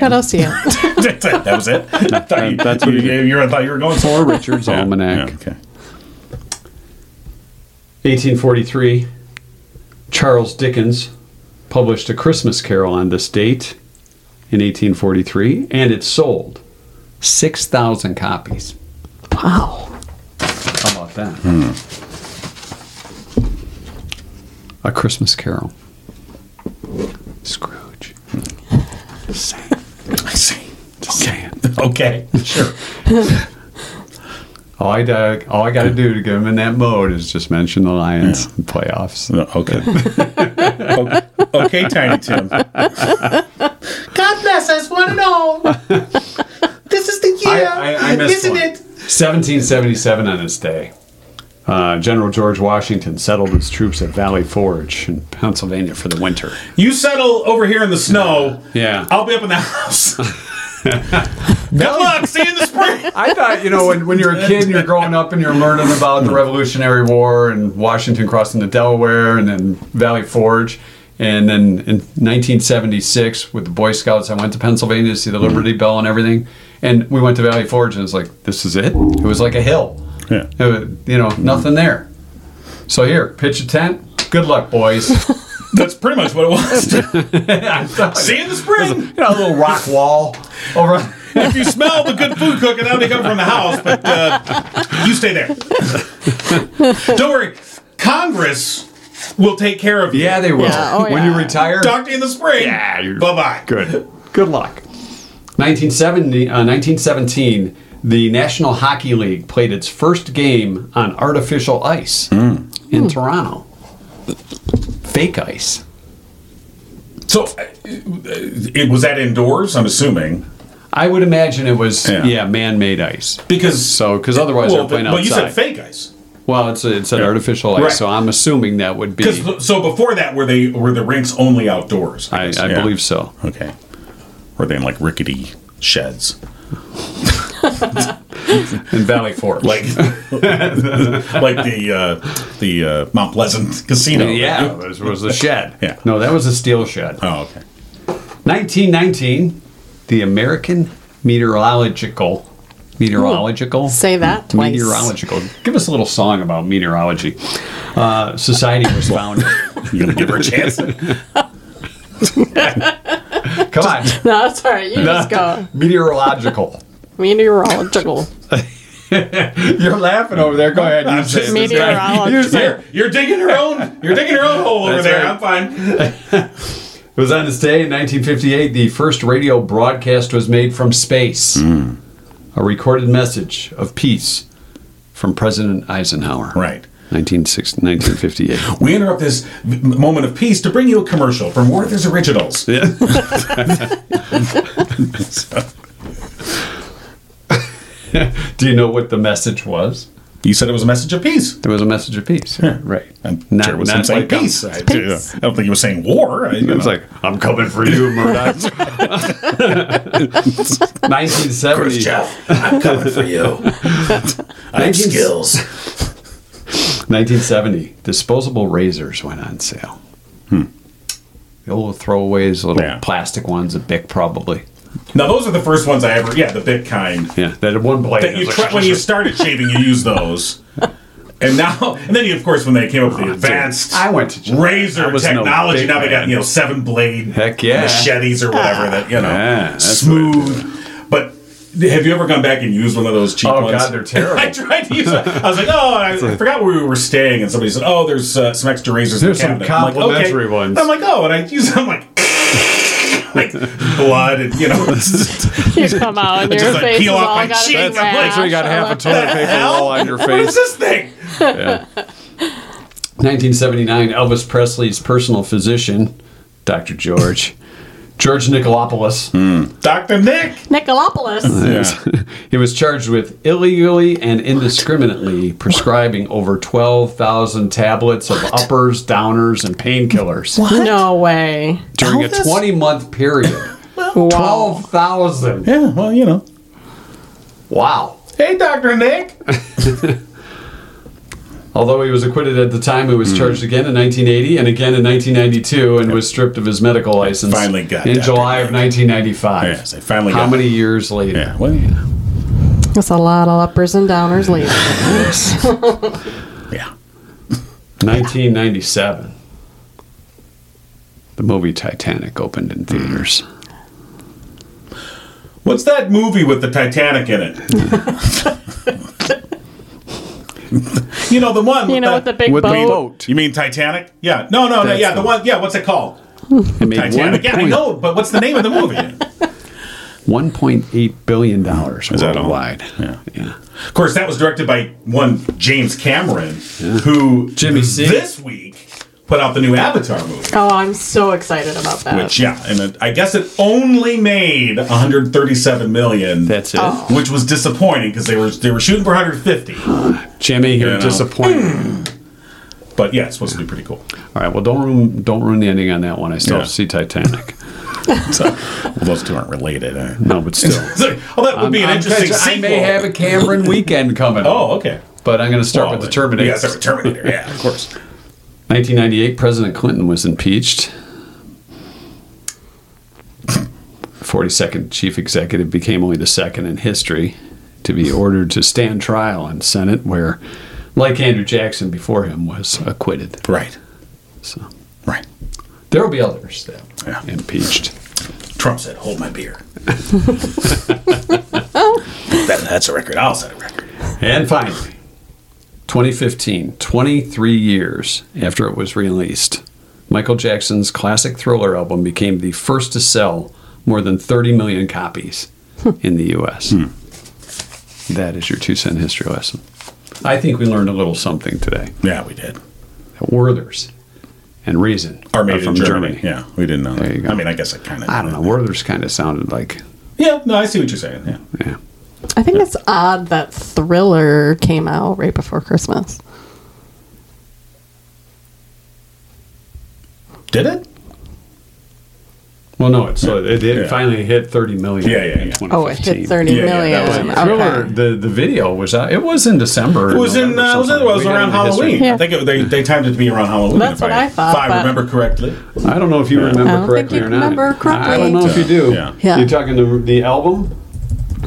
[SPEAKER 2] <laughs>
[SPEAKER 1] else you got?
[SPEAKER 2] that was it. I thought you,
[SPEAKER 3] <laughs> That's what
[SPEAKER 2] you,
[SPEAKER 3] you
[SPEAKER 2] you,
[SPEAKER 3] did.
[SPEAKER 2] were- I thought you were going
[SPEAKER 3] Poor <laughs> Richard's
[SPEAKER 2] Yeah,
[SPEAKER 3] Almanac.
[SPEAKER 2] yeah, okay.
[SPEAKER 3] 1843, Charles Dickens published A Christmas Carol on this date in 1843, and it sold 6,000 copies.
[SPEAKER 1] Wow.
[SPEAKER 3] How about that? Hmm. A Christmas Carol. Scrooge. Just saying.
[SPEAKER 2] I see.
[SPEAKER 3] Just saying.
[SPEAKER 2] Okay, <laughs> sure.
[SPEAKER 3] <laughs> All I, do- all I got to do to get him in that mode is just mention the Lions and playoffs.
[SPEAKER 2] No, Okay. O- <laughs> okay, Tiny Tim. God bless us, one and all. This is the year,
[SPEAKER 3] I- I- I missed
[SPEAKER 2] isn't
[SPEAKER 3] one.
[SPEAKER 2] it?
[SPEAKER 3] 1777 on this day. Uh, General George Washington settled his troops at Valley Forge in Pennsylvania for the winter.
[SPEAKER 2] You settle over here in the snow.
[SPEAKER 3] Yeah.
[SPEAKER 2] I'll be up in the
[SPEAKER 3] <laughs>
[SPEAKER 2] house. Good luck. See you in the spring.
[SPEAKER 3] I thought, you know, when, when you're a kid and you're growing up and you're learning about the Revolutionary War and Washington crossing the Delaware and then Valley Forge. And then in 1976, with the Boy Scouts, I went to Pennsylvania to see the Liberty Bell and everything. And we went to Valley Forge, and it's like, this is it? It was like a hill.
[SPEAKER 2] Yeah.
[SPEAKER 3] It was- you know, nothing there. So here, pitch a tent. Good luck, boys.
[SPEAKER 2] That's pretty much what it
[SPEAKER 3] <laughs>
[SPEAKER 2] was. <laughs>
[SPEAKER 3] I thought-
[SPEAKER 2] See you in the spring.
[SPEAKER 3] you know, a little rock wall over.
[SPEAKER 2] If you smell the good food cooking, that'll be coming from the house, but uh, you stay there. <laughs> Don't worry. Congress will take care of you.
[SPEAKER 3] <laughs> Yeah, they will.
[SPEAKER 1] Yeah, oh,
[SPEAKER 3] When you
[SPEAKER 1] yeah.
[SPEAKER 3] retire,
[SPEAKER 2] Talk to you in the spring.
[SPEAKER 3] Yeah, you're-
[SPEAKER 2] Bye bye.
[SPEAKER 3] Good. Good luck. 1970, uh, 1917, the National Hockey League played its first game on artificial ice in Toronto. Fake ice.
[SPEAKER 2] So, uh, it was that indoors. I'm assuming
[SPEAKER 3] I would imagine it was
[SPEAKER 2] Yeah.
[SPEAKER 3] yeah, man-made ice.
[SPEAKER 2] because
[SPEAKER 3] So, because otherwise
[SPEAKER 2] well,
[SPEAKER 3] they're playing
[SPEAKER 2] well, you
[SPEAKER 3] outside.
[SPEAKER 2] said fake ice.
[SPEAKER 3] Well, it's it's an artificial ice,
[SPEAKER 2] Right.
[SPEAKER 3] so I'm assuming that would be.
[SPEAKER 2] 'Cause- so before that, were they were the rinks only outdoors?
[SPEAKER 3] I,
[SPEAKER 2] guess.
[SPEAKER 3] I
[SPEAKER 2] Yeah.
[SPEAKER 3] believe so.
[SPEAKER 2] Okay. Were they in like rickety
[SPEAKER 3] <laughs>
[SPEAKER 2] sheds?
[SPEAKER 3] In Valley Forge,
[SPEAKER 2] Like, <laughs> like the uh, the uh, Mount Pleasant Casino.
[SPEAKER 3] yeah, this was a shed.
[SPEAKER 2] Yeah.
[SPEAKER 3] No, that was a steel shed.
[SPEAKER 2] Oh, okay.
[SPEAKER 3] 1919, the American Meteorological Meteorological
[SPEAKER 1] Say that
[SPEAKER 2] <laughs>
[SPEAKER 1] twice.
[SPEAKER 3] Meteorological. Give us a little song about meteorology. Uh, society was
[SPEAKER 1] <laughs>
[SPEAKER 3] founded.
[SPEAKER 2] You gonna give her a
[SPEAKER 3] <laughs>
[SPEAKER 2] chance?
[SPEAKER 3] Come on,
[SPEAKER 1] No, that's all right. You just go.
[SPEAKER 3] <laughs> meteorological.
[SPEAKER 2] <laughs>
[SPEAKER 1] Meteorological.
[SPEAKER 3] You're laughing over there. Go ahead. You say it.
[SPEAKER 1] Meteorological.
[SPEAKER 2] You're, you're digging her own. You're digging her own hole over
[SPEAKER 3] That's
[SPEAKER 2] there.
[SPEAKER 3] right.
[SPEAKER 2] I'm fine.
[SPEAKER 3] It was on this day in 1958. The first radio broadcast was made from space.
[SPEAKER 1] Hmm.
[SPEAKER 3] A recorded message of peace from President Eisenhower.
[SPEAKER 2] Right.
[SPEAKER 3] 1960 1958.
[SPEAKER 2] We interrupt this m- moment of peace to bring you a commercial from Werther's Originals.
[SPEAKER 3] Do you know what the message was?
[SPEAKER 2] You said it was a message of peace.
[SPEAKER 3] There was a message of peace. Right.
[SPEAKER 2] I'm sure it was not like peace. I,
[SPEAKER 1] Peace.
[SPEAKER 2] I don't think he was saying war. I, you
[SPEAKER 3] um, It was
[SPEAKER 2] know.
[SPEAKER 3] like, I'm coming for <laughs>
[SPEAKER 2] <laughs>
[SPEAKER 3] you, Murdoch. 1970,
[SPEAKER 2] I'm coming for you. I
[SPEAKER 3] have skills. 1970, disposable razors went on sale. Hmm. The old throwaways, little
[SPEAKER 2] Yeah.
[SPEAKER 3] plastic ones, a Bic probably.
[SPEAKER 2] Now those are the first ones I ever. Yeah, the big kind.
[SPEAKER 3] Yeah, that had one blade.
[SPEAKER 2] That you try, when you started shaving, you used those. And now, <laughs> and then, you, of course, when they came up with the advanced
[SPEAKER 3] I went to I
[SPEAKER 2] razor
[SPEAKER 3] Oh, was no
[SPEAKER 2] technology,
[SPEAKER 3] big
[SPEAKER 2] now they got
[SPEAKER 3] man.
[SPEAKER 2] you know seven blade
[SPEAKER 3] Heck yeah.
[SPEAKER 2] machetes or whatever
[SPEAKER 3] Ah.
[SPEAKER 2] that you know
[SPEAKER 3] Yeah, that's
[SPEAKER 2] smooth. But have you ever gone back and used one of those cheap
[SPEAKER 3] Oh,
[SPEAKER 2] ones?
[SPEAKER 3] God, they're
[SPEAKER 2] <laughs>
[SPEAKER 3] terrible.
[SPEAKER 2] I tried to use. it. I was like, oh, I forgot where we were staying, and somebody said, oh, there's uh, some extra razors.
[SPEAKER 3] There's
[SPEAKER 2] in
[SPEAKER 3] some
[SPEAKER 2] the cabinet. I'm like, okay.
[SPEAKER 3] complimentary ones.
[SPEAKER 2] I'm like, oh, and I use. I'm like. <laughs> like blood and you know <laughs>
[SPEAKER 1] You come out and your
[SPEAKER 2] like,
[SPEAKER 1] face is
[SPEAKER 2] peel off
[SPEAKER 1] all
[SPEAKER 2] my
[SPEAKER 1] got a
[SPEAKER 2] cheek.
[SPEAKER 1] big
[SPEAKER 2] That's-
[SPEAKER 1] rash.
[SPEAKER 2] that's
[SPEAKER 3] toilet paper roll on your
[SPEAKER 2] what is this thing
[SPEAKER 3] 1979, Elvis Presley's personal physician, Dr. George, George Nicolopoulos,
[SPEAKER 2] dr nick
[SPEAKER 1] Nicolopoulos.
[SPEAKER 3] he was charged with illegally and indiscriminately prescribing over 12,000 tablets of uppers, downers, and painkillers
[SPEAKER 1] No way.
[SPEAKER 3] during a 20
[SPEAKER 2] <laughs>
[SPEAKER 3] month period.
[SPEAKER 1] Wow.
[SPEAKER 3] 12,000.
[SPEAKER 2] yeah well you know
[SPEAKER 3] Wow.
[SPEAKER 2] Oh, hey dr nick
[SPEAKER 3] Although he was acquitted at the time, he
[SPEAKER 2] Hmm.
[SPEAKER 3] was charged again in 1980 and again in 1992 and was stripped of his medical license
[SPEAKER 2] Finally got
[SPEAKER 3] in
[SPEAKER 2] that.
[SPEAKER 3] July of 1995.
[SPEAKER 2] Yes, they finally
[SPEAKER 3] How
[SPEAKER 2] got-
[SPEAKER 3] many years later?
[SPEAKER 2] Yeah, well, yeah.
[SPEAKER 1] That's a lot of uppers and downers later.
[SPEAKER 3] 1997. The movie Titanic opened in theaters.
[SPEAKER 2] What's that movie with the Titanic in it? you know the one.
[SPEAKER 1] <laughs> You
[SPEAKER 2] with
[SPEAKER 1] know, with the big
[SPEAKER 3] With the
[SPEAKER 1] boat.
[SPEAKER 3] boat.
[SPEAKER 2] You mean Titanic? Yeah. No, no, no.
[SPEAKER 3] That's
[SPEAKER 2] Yeah, the
[SPEAKER 3] the-
[SPEAKER 2] one. Yeah, what's it called?
[SPEAKER 3] It made
[SPEAKER 2] Titanic. Yeah, I
[SPEAKER 3] point-
[SPEAKER 2] know, but what's the name of the movie? of
[SPEAKER 3] 1.8 billion dollars
[SPEAKER 2] that all?
[SPEAKER 3] worldwide.
[SPEAKER 2] Yeah.
[SPEAKER 3] yeah.
[SPEAKER 2] course, that was directed by one James Cameron, who
[SPEAKER 3] Jimmy C.
[SPEAKER 2] this week put out the new Avatar movie.
[SPEAKER 1] Oh, I'm so excited about that.
[SPEAKER 2] Which yeah, and it, I guess it only made 137 million.
[SPEAKER 3] That's it.
[SPEAKER 2] which was disappointing because they were they were shooting for 150.
[SPEAKER 3] Jimmy, you're
[SPEAKER 2] You know.
[SPEAKER 3] disappointed.
[SPEAKER 2] But yeah, it's supposed to be pretty cool.
[SPEAKER 3] All right. Well, don't ruin, don't ruin the ending on that one. I still
[SPEAKER 2] Yeah.
[SPEAKER 3] have to see Titanic.
[SPEAKER 2] So, well, those two aren't related. eh?
[SPEAKER 3] No, but still.
[SPEAKER 2] So, well, that would be an
[SPEAKER 3] I'm- I'm
[SPEAKER 2] interesting
[SPEAKER 3] catch- I
[SPEAKER 2] sequel.
[SPEAKER 3] may have a Cameron weekend coming.
[SPEAKER 2] oh, okay.
[SPEAKER 3] But I'm going to start
[SPEAKER 2] Well,
[SPEAKER 3] with the
[SPEAKER 2] we
[SPEAKER 3] Terminator.
[SPEAKER 2] gotta start with Terminator. Yeah, of course.
[SPEAKER 3] 1998, President Clinton was impeached. 42nd chief executive became only the second in history to be ordered to stand trial in Senate, where, like Andrew Jackson before him, was acquitted.
[SPEAKER 2] <laughs> Right.
[SPEAKER 3] So
[SPEAKER 2] Right.
[SPEAKER 3] there will be others that
[SPEAKER 2] Yeah.
[SPEAKER 3] impeached.
[SPEAKER 2] Trump said, "Hold my
[SPEAKER 3] <laughs>
[SPEAKER 2] beer." that, that's a record. I'll set a record.
[SPEAKER 3] And finally, 2015, 23 years after it was released, Michael Jackson's classic Thriller album became the first to sell more than 30 million copies
[SPEAKER 1] Hmm.
[SPEAKER 3] in the US.
[SPEAKER 2] Hmm.
[SPEAKER 3] That is your two cent history lesson. I think we learned a little something today.
[SPEAKER 2] Yeah, we did.
[SPEAKER 3] Werther's and Reason
[SPEAKER 2] Or made from Germany. Yeah, we didn't know.
[SPEAKER 3] There you
[SPEAKER 2] that.
[SPEAKER 3] go.
[SPEAKER 2] I mean, I guess I kind of.
[SPEAKER 3] I don't know. Werther's kind of sounded like,
[SPEAKER 2] Yeah. No, I see what you're saying. Yeah.
[SPEAKER 3] yeah.
[SPEAKER 1] I think it's odd that Thriller came out right before Christmas.
[SPEAKER 2] Did it?
[SPEAKER 3] Well, no, it's, so it, it
[SPEAKER 2] Yeah.
[SPEAKER 3] finally hit 30 million.
[SPEAKER 2] Yeah, yeah,
[SPEAKER 3] in
[SPEAKER 2] yeah.
[SPEAKER 1] Oh, it hit
[SPEAKER 3] 2015.
[SPEAKER 1] thirty
[SPEAKER 2] Yeah,
[SPEAKER 1] million.
[SPEAKER 2] yeah, that was
[SPEAKER 1] okay.
[SPEAKER 2] it.
[SPEAKER 3] Thriller, the, the video was out. It was in December.
[SPEAKER 2] It was in. Uh, it was, in- it was around Halloween.
[SPEAKER 1] Yeah.
[SPEAKER 2] I think it, they they timed it to be around Halloween.
[SPEAKER 1] That's
[SPEAKER 2] if
[SPEAKER 1] what I thought,
[SPEAKER 2] If I
[SPEAKER 1] but-
[SPEAKER 2] remember correctly.
[SPEAKER 3] I don't know if you remember
[SPEAKER 1] I don't
[SPEAKER 3] correctly
[SPEAKER 1] think you
[SPEAKER 3] or not.
[SPEAKER 1] remember correctly.
[SPEAKER 3] I don't know if you do.
[SPEAKER 2] Yeah.
[SPEAKER 1] Yeah.
[SPEAKER 3] You're talking the, the album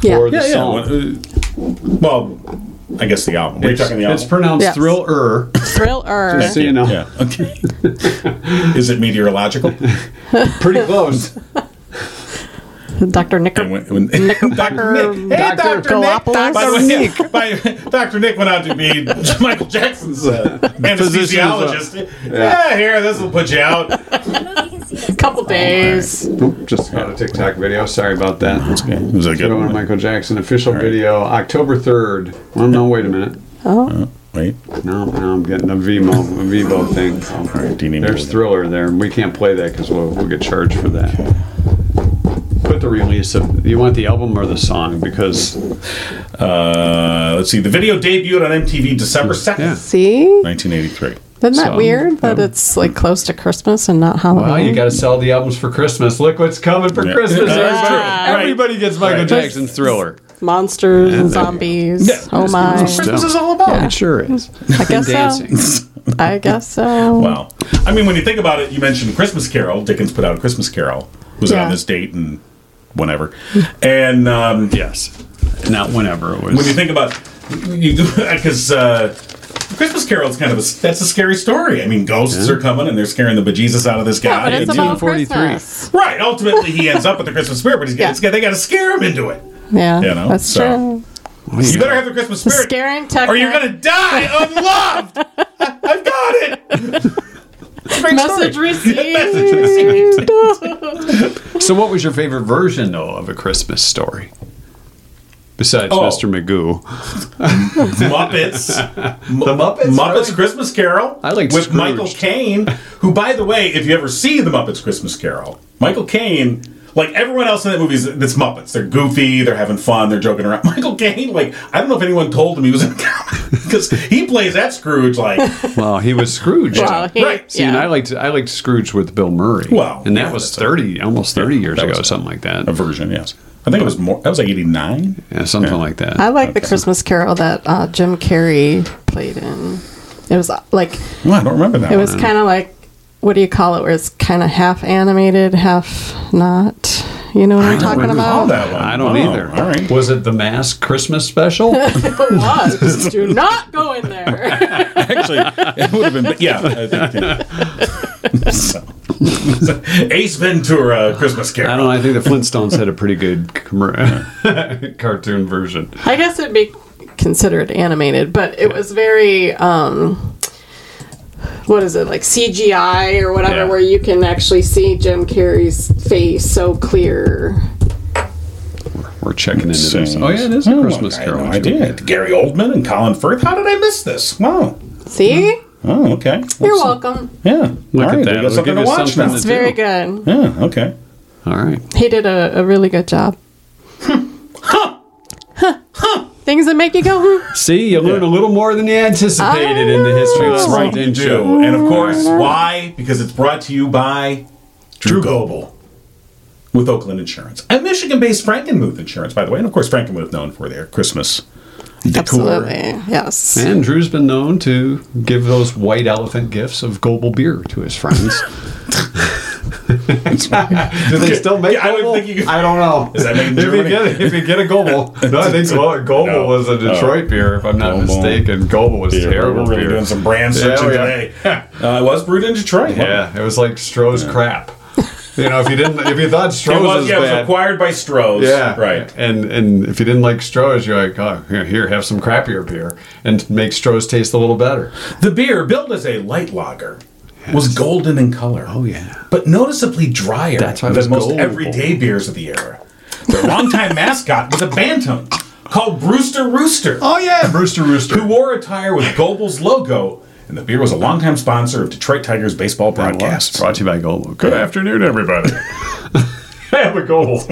[SPEAKER 1] Yeah.
[SPEAKER 3] or the
[SPEAKER 2] Yeah, yeah.
[SPEAKER 3] song?
[SPEAKER 2] Well, uh, well, I guess the album. We're talking the album.
[SPEAKER 3] It's pronounced
[SPEAKER 1] Yes.
[SPEAKER 3] Thriller.
[SPEAKER 1] Thriller.
[SPEAKER 3] Just so you know.
[SPEAKER 2] Yeah. <laughs> Okay. Is it meteorological?
[SPEAKER 3] Pretty <laughs> close.
[SPEAKER 1] Dr. Knicker.
[SPEAKER 2] And <laughs> when, when, <laughs> Dr. Nick.
[SPEAKER 1] Dr.
[SPEAKER 2] Hey, Dr. Nick.
[SPEAKER 1] Galopoulos.
[SPEAKER 2] By the way, <laughs> by- Dr. Nick went out to be <laughs> Michael Jackson's uh,
[SPEAKER 3] Physician as well.
[SPEAKER 2] anesthesiologist. Yeah. here, this will put you out.
[SPEAKER 1] couple days.
[SPEAKER 3] Just got a TikTok video. Sorry about that.
[SPEAKER 2] Was it a good
[SPEAKER 3] Go on
[SPEAKER 2] one?
[SPEAKER 3] Michael Jackson official video, October 3rd. Well, no, wait a minute.
[SPEAKER 2] Wait.
[SPEAKER 3] No, no, I'm getting a Vimo, a Vivo thing. Oh,
[SPEAKER 2] right, do you need me
[SPEAKER 3] There's
[SPEAKER 2] to-
[SPEAKER 3] Thriller there, and we can't play that because we'll, we'll get charged for that. Put the release of. You want the album or the song? Because
[SPEAKER 2] Uh, let's see. The video debuted on MTV December 2nd,
[SPEAKER 3] yeah.
[SPEAKER 1] See?
[SPEAKER 2] 1983.
[SPEAKER 1] Isn't that
[SPEAKER 3] So,
[SPEAKER 1] weird that
[SPEAKER 3] um,
[SPEAKER 1] it's like close to Christmas and not Halloween?
[SPEAKER 3] Well, you got to sell the albums for Christmas. Look what's coming for
[SPEAKER 2] Yeah.
[SPEAKER 3] Christmas.
[SPEAKER 2] Yeah.
[SPEAKER 3] Everybody,
[SPEAKER 1] Right.
[SPEAKER 3] everybody gets Michael
[SPEAKER 2] Right.
[SPEAKER 3] Jackson's Thriller.
[SPEAKER 1] Monsters and zombies. oh my.
[SPEAKER 2] Christmas is all about.
[SPEAKER 3] It sure is.
[SPEAKER 1] I guess so.
[SPEAKER 3] Dancing.
[SPEAKER 1] I guess so.
[SPEAKER 2] <laughs> Wow. I mean, when you think about it, you mentioned Christmas Carol. Dickens put out a Christmas Carol. Was it
[SPEAKER 1] Yeah.
[SPEAKER 2] on this date and whenever? And um,
[SPEAKER 3] yes. Not whenever it was.
[SPEAKER 2] when you think about you <laughs> because uh, Christmas Carol is kind of a that's a scary story. I mean, ghosts are coming and they're scaring the bejesus out of this
[SPEAKER 1] Yeah,
[SPEAKER 2] guy.
[SPEAKER 1] but it's
[SPEAKER 2] and-
[SPEAKER 1] about
[SPEAKER 3] 1943.
[SPEAKER 1] Christmas.
[SPEAKER 2] right. Ultimately, he ends up with the Christmas spirit, but he's got,
[SPEAKER 1] Yeah.
[SPEAKER 2] it's got- they got to scare him into it.
[SPEAKER 1] Yeah,
[SPEAKER 2] You know,
[SPEAKER 1] that's
[SPEAKER 2] so-
[SPEAKER 1] true.
[SPEAKER 2] You better have the Christmas
[SPEAKER 1] The
[SPEAKER 2] spirit,
[SPEAKER 1] scaring technique.
[SPEAKER 2] or you're
[SPEAKER 1] <laughs>
[SPEAKER 2] gonna die unloved. <laughs> I've got it.
[SPEAKER 1] <laughs>
[SPEAKER 2] Great
[SPEAKER 1] message
[SPEAKER 2] story.
[SPEAKER 1] received?
[SPEAKER 3] so, what was your favorite version, though, of a Christmas story? Besides
[SPEAKER 2] Oh.
[SPEAKER 3] Mr. Magoo,
[SPEAKER 2] Muppets.
[SPEAKER 3] <laughs> the Muppets.
[SPEAKER 2] Muppets
[SPEAKER 3] really?
[SPEAKER 2] Christmas Carol.
[SPEAKER 3] I like
[SPEAKER 2] with
[SPEAKER 3] Scrooged.
[SPEAKER 2] Michael Caine, who, by the way, if you ever see the Muppets Christmas Carol, Michael Caine, like everyone else in that movie, is it's Muppets. They're goofy, they're having fun, they're joking around. <laughs> Michael Caine, like I don't know if anyone told him he was in <laughs> because he plays that Scrooge like
[SPEAKER 3] Well, he was Scrooge.
[SPEAKER 1] Wow, he-
[SPEAKER 2] Right.
[SPEAKER 3] See, and I liked I liked Scrooge with Bill Murray.
[SPEAKER 2] Well,
[SPEAKER 3] and that
[SPEAKER 2] yeah,
[SPEAKER 3] was thirty, almost thirty years
[SPEAKER 2] that was
[SPEAKER 3] ago,
[SPEAKER 2] a-
[SPEAKER 3] something like
[SPEAKER 2] a
[SPEAKER 3] that,
[SPEAKER 2] version. Yes, I think it was more. That was like eighty nine.
[SPEAKER 3] yeah, something like that.
[SPEAKER 1] I like the Christmas Carol that uh, Jim Carrey played in. It was like
[SPEAKER 2] Well, I don't remember that.
[SPEAKER 1] it
[SPEAKER 2] one.
[SPEAKER 1] was kind of like what do you call it? Where it's kind of half animated, half not. You know what I'm talking
[SPEAKER 2] recall
[SPEAKER 1] about?
[SPEAKER 2] that one.
[SPEAKER 3] I don't
[SPEAKER 2] Oh,
[SPEAKER 3] either.
[SPEAKER 2] All right.
[SPEAKER 3] Was it the Mask Christmas special?
[SPEAKER 1] Oh, It <laughs> was. do not go in there. <laughs>
[SPEAKER 2] Actually, it would have been. But yeah, I think. yeah. <laughs> so. Ace Ventura Christmas Carol.
[SPEAKER 3] I don't know. I think the Flintstones had a pretty good commer- <laughs> cartoon version.
[SPEAKER 1] I guess it'd be considered animated, but it was very um what is it like CGI or whatever,
[SPEAKER 3] Yeah.
[SPEAKER 1] where you can actually see Jim Carrey's face so clear.
[SPEAKER 3] We're checking into
[SPEAKER 2] So-
[SPEAKER 3] this. Oh yeah, it is a
[SPEAKER 2] Oh,
[SPEAKER 3] Christmas
[SPEAKER 2] I had
[SPEAKER 3] Carol.
[SPEAKER 2] No idea. Gary Oldman and Colin Firth. How did I miss this? Wow.
[SPEAKER 1] See,
[SPEAKER 2] Oh, okay.
[SPEAKER 1] you're
[SPEAKER 2] Let's-
[SPEAKER 1] welcome.
[SPEAKER 2] Yeah.
[SPEAKER 3] Look
[SPEAKER 2] All
[SPEAKER 3] at
[SPEAKER 2] right, We
[SPEAKER 3] that.
[SPEAKER 2] got
[SPEAKER 3] It'll
[SPEAKER 2] something
[SPEAKER 3] give
[SPEAKER 2] to
[SPEAKER 3] you
[SPEAKER 2] watch
[SPEAKER 3] something
[SPEAKER 2] now.
[SPEAKER 1] It's
[SPEAKER 3] to
[SPEAKER 1] very
[SPEAKER 3] do.
[SPEAKER 1] good.
[SPEAKER 2] Yeah. Okay.
[SPEAKER 3] All right.
[SPEAKER 1] He did a, a really good job. Huh. Things that make you go, hmm.
[SPEAKER 3] See, you learn a little more than you anticipated in the history
[SPEAKER 2] That's
[SPEAKER 3] lesson,
[SPEAKER 2] right, you
[SPEAKER 3] didn't
[SPEAKER 2] do. Oh. And of course, why? Because it's brought to you by Drew Goble with Oakland Insurance and Michigan-based Frankenmuth Insurance, by the way. And of course, Frankenmuth known for their Christmas decor.
[SPEAKER 1] absolutely, yes.
[SPEAKER 3] And Drew's been known to give those white elephant gifts of Goble beer to his friends. <laughs> Do they still make
[SPEAKER 2] Yeah, I would
[SPEAKER 3] Goble?
[SPEAKER 2] think you could-
[SPEAKER 3] I don't know.
[SPEAKER 2] Is that made in
[SPEAKER 3] if, you
[SPEAKER 2] Germany?
[SPEAKER 3] get, if you get
[SPEAKER 2] <laughs>
[SPEAKER 3] a Goble, no, I think well, Goble
[SPEAKER 2] No.
[SPEAKER 3] was a Detroit beer, if I'm not
[SPEAKER 2] Goble.
[SPEAKER 3] mistaken. Goble was
[SPEAKER 2] Beer. We're
[SPEAKER 3] terrible
[SPEAKER 2] really
[SPEAKER 3] beer.
[SPEAKER 2] doing some brand
[SPEAKER 3] Yeah,
[SPEAKER 2] searching
[SPEAKER 3] we are.
[SPEAKER 2] today. uh, it was brewed in Detroit. wasn't it?
[SPEAKER 3] <laughs> Yeah, it was like Stroh's
[SPEAKER 2] <laughs>
[SPEAKER 3] crap. You know, if you didn't, if you thought Stroh's
[SPEAKER 2] It
[SPEAKER 3] was,
[SPEAKER 2] was, yeah, it was
[SPEAKER 3] bad,
[SPEAKER 2] acquired by Stroh's.
[SPEAKER 3] yeah,
[SPEAKER 2] Right.
[SPEAKER 3] And and if you didn't like Stroh's, you're like, oh, here, here, have some crappier beer, and make Stroh's taste a little better.
[SPEAKER 2] The beer, billed as a light lager, was golden in color. Oh
[SPEAKER 3] yeah.
[SPEAKER 2] but noticeably drier
[SPEAKER 3] That's why it was
[SPEAKER 2] than most
[SPEAKER 3] gold.
[SPEAKER 2] everyday beers of the era. Their longtime <laughs> mascot was a bantam called Brewster Rooster,
[SPEAKER 3] Oh yeah, Brewster Rooster.
[SPEAKER 2] who wore attire with Goebel's logo, and the beer was a longtime sponsor of Detroit Tigers baseball broadcasts.
[SPEAKER 3] Brought to you by Goble.
[SPEAKER 2] Good afternoon, <laughs> everybody.
[SPEAKER 3] Have a <laughs> Goble.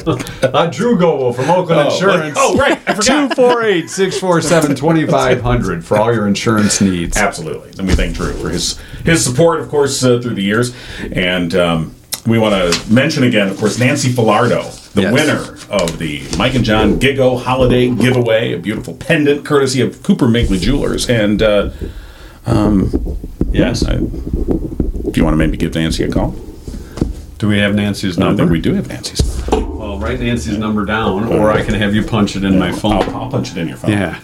[SPEAKER 3] uh, Drew Goble from Oakland Insurance.
[SPEAKER 2] oh, right, I forgot.
[SPEAKER 3] 248 647 2500 for all your insurance needs.
[SPEAKER 2] Absolutely. And we thank Drew for his his support, of course, uh, through the years. And um, we want to mention again, of course, Nancy Filardo, the
[SPEAKER 3] Yes.
[SPEAKER 2] winner of the Mike and John Gigo Holiday Giveaway, a beautiful pendant courtesy of Cooper Minkley Jewelers. And uh, um, yes, I, do you want to maybe give Nancy a call?
[SPEAKER 3] Do we have Nancy's
[SPEAKER 2] I
[SPEAKER 3] number?
[SPEAKER 2] think we do have Nancy's.
[SPEAKER 3] Well, write Nancy's number down, or I can have you punch it in my
[SPEAKER 2] I'll,
[SPEAKER 3] phone.
[SPEAKER 2] I'll punch it in your phone.
[SPEAKER 3] Yeah.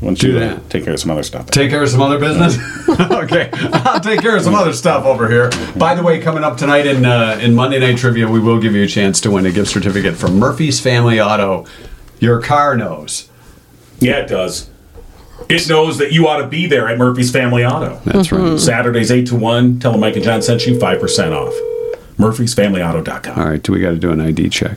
[SPEAKER 2] Once
[SPEAKER 3] do
[SPEAKER 2] you uh,
[SPEAKER 3] that.
[SPEAKER 2] take care of some other stuff.
[SPEAKER 3] Take care of some other <laughs> business. okay, I'll take care of some other stuff over here. By the way, coming up tonight in uh, in Monday Night Trivia, we will give you a chance to win a gift certificate from Murphy's Family Auto. Your car knows.
[SPEAKER 2] Yeah, it does. It knows that you ought to be there at Murphy's Family Auto.
[SPEAKER 3] That's right.
[SPEAKER 2] Saturdays 8 to 1. Tell them Mike and John sent you 5% off. Murphy'sFamilyAuto.com.
[SPEAKER 3] All right, do we got to do an ID check?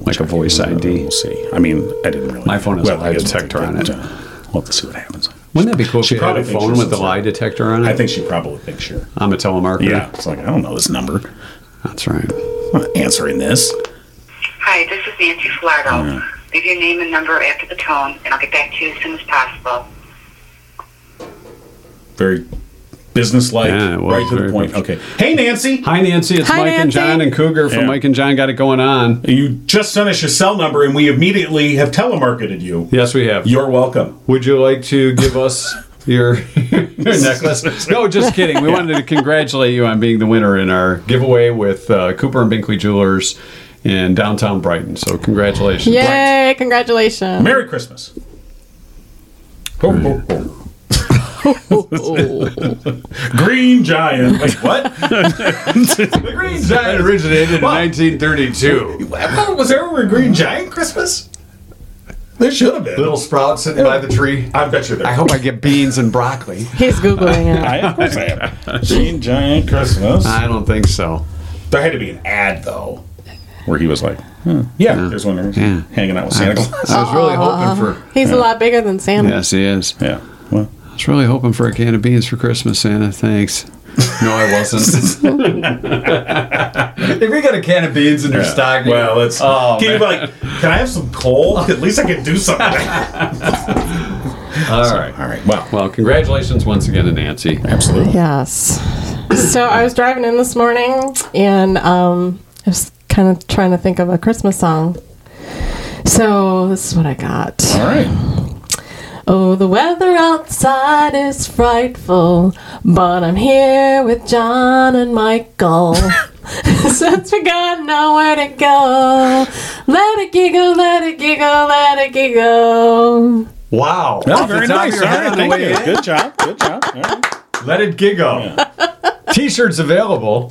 [SPEAKER 3] Like a voice ID.
[SPEAKER 2] We'll see. I mean, I didn't really.
[SPEAKER 3] My phone has a lie
[SPEAKER 2] I guess
[SPEAKER 3] detector
[SPEAKER 2] we'll
[SPEAKER 3] on
[SPEAKER 2] take
[SPEAKER 3] it.
[SPEAKER 2] that, uh, We'll have to see what happens.
[SPEAKER 3] Wouldn't that be cool if
[SPEAKER 2] She
[SPEAKER 3] you had
[SPEAKER 2] probably
[SPEAKER 3] a
[SPEAKER 2] thinks
[SPEAKER 3] phone
[SPEAKER 2] you're
[SPEAKER 3] with a
[SPEAKER 2] sincere.
[SPEAKER 3] lie detector on it?
[SPEAKER 2] I think she probably thinks you're.
[SPEAKER 3] I'm a telemarketer.
[SPEAKER 2] Yeah. It's like, I don't know this number.
[SPEAKER 3] That's right.
[SPEAKER 2] I'm not answering this.
[SPEAKER 7] Hi, this is Nancy Flardo. Leave your name and number after the tone, and I'll get back to you as soon as possible.
[SPEAKER 2] Very businesslike.
[SPEAKER 3] Yeah, it was
[SPEAKER 2] right to the
[SPEAKER 3] very
[SPEAKER 2] point.
[SPEAKER 3] much.
[SPEAKER 2] Okay. Hey, Nancy.
[SPEAKER 3] Hi, Nancy. It's
[SPEAKER 1] Hi,
[SPEAKER 3] Mike and
[SPEAKER 1] Nancy.
[SPEAKER 3] John and Cougar from
[SPEAKER 2] Yeah.
[SPEAKER 3] Mike and John Got It Going On.
[SPEAKER 2] You just sent us your cell number and we immediately have telemarketed you.
[SPEAKER 3] Yes, we have.
[SPEAKER 2] You're welcome.
[SPEAKER 3] Would you like to give us your, <laughs> your necklace? No, <laughs> just kidding. We wanted to congratulate you on being the winner in our giveaway with uh, Cooper and Binkley Jewelers in downtown Brighton. So, congratulations.
[SPEAKER 1] Yay! Congratulations.
[SPEAKER 2] Merry Christmas. Ho, ho, ho. <laughs> Green Giant. Wait, what?
[SPEAKER 3] The Green Giant originated in 1932.
[SPEAKER 2] Ever- was there ever a green giant Christmas? There should have been.
[SPEAKER 3] Little sprout sitting by the tree.
[SPEAKER 2] I bet you there.
[SPEAKER 3] I hope I get beans and broccoli.
[SPEAKER 1] He's googling it.
[SPEAKER 2] I, of course I have. Green giant Christmas.
[SPEAKER 3] I don't think so.
[SPEAKER 2] there had to be an ad though, where he was like, hmm, yeah, there's one where he's
[SPEAKER 3] Yeah.
[SPEAKER 2] hanging out with Santa Claus.
[SPEAKER 3] <laughs> I was really hoping for.
[SPEAKER 1] He's a lot bigger than Sam.
[SPEAKER 3] Yes, he is.
[SPEAKER 2] yeah. Well,
[SPEAKER 3] I was really hoping for a can of beans for Christmas, Santa. Thanks. No, I wasn't. <laughs> if you got a can of beans in your
[SPEAKER 2] yeah.
[SPEAKER 3] stocking,
[SPEAKER 2] Well, it's.
[SPEAKER 3] oh,
[SPEAKER 2] can you be
[SPEAKER 3] man.
[SPEAKER 2] like, can I have some coal? At least I can do something. All
[SPEAKER 3] <laughs> all right.
[SPEAKER 2] right. Well,
[SPEAKER 3] Well, congratulations once again to Nancy.
[SPEAKER 2] absolutely.
[SPEAKER 1] Yes. So I was driving in this morning and um, I was kind of trying to think of a Christmas song. So this is what I got.
[SPEAKER 2] All right.
[SPEAKER 1] Oh, the weather outside is frightful, but I'm here with John and Michael. <laughs> Since we got nowhere to go, let it giggle, let it giggle, let it giggle.
[SPEAKER 3] Wow.
[SPEAKER 2] No,
[SPEAKER 3] Off the
[SPEAKER 2] very
[SPEAKER 3] top of
[SPEAKER 2] nice.
[SPEAKER 3] your
[SPEAKER 2] All
[SPEAKER 3] head on
[SPEAKER 2] right,
[SPEAKER 3] the
[SPEAKER 2] thank
[SPEAKER 3] way
[SPEAKER 2] you.
[SPEAKER 3] in.
[SPEAKER 2] Good job. Good job. All right.
[SPEAKER 3] Let it giggle. T-shirts available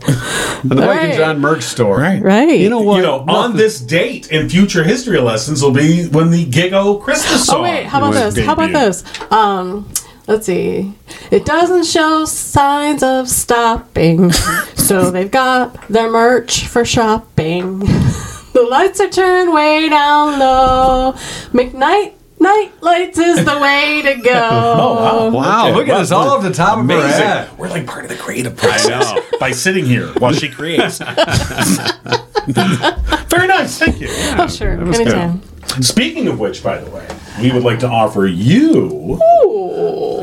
[SPEAKER 3] in the Mike and
[SPEAKER 1] Right.
[SPEAKER 3] John merch store.
[SPEAKER 2] Right.
[SPEAKER 1] Right.
[SPEAKER 3] You know what?
[SPEAKER 2] You know, on this date in future history lessons will be when the Giggle Christmas song.
[SPEAKER 1] Oh wait, how about
[SPEAKER 2] was
[SPEAKER 1] this? How about
[SPEAKER 2] debuted.
[SPEAKER 1] this? Um, let's see. It doesn't show signs of
[SPEAKER 2] <laughs>
[SPEAKER 1] stopping, so they've got their merch for shopping. <laughs> the lights are turned way down low. McKnight night lights is the way
[SPEAKER 2] <laughs>
[SPEAKER 1] to go.
[SPEAKER 2] Oh,
[SPEAKER 3] Wow,
[SPEAKER 2] Okay,
[SPEAKER 3] look at
[SPEAKER 2] well,
[SPEAKER 3] this all off the top of her
[SPEAKER 2] Amazing.
[SPEAKER 3] head.
[SPEAKER 2] We're like part of the creative process by sitting here while she creates. <laughs> Very nice. Thank you.
[SPEAKER 1] Oh sure, anytime.
[SPEAKER 2] Speaking of which, by the way, we would like to offer you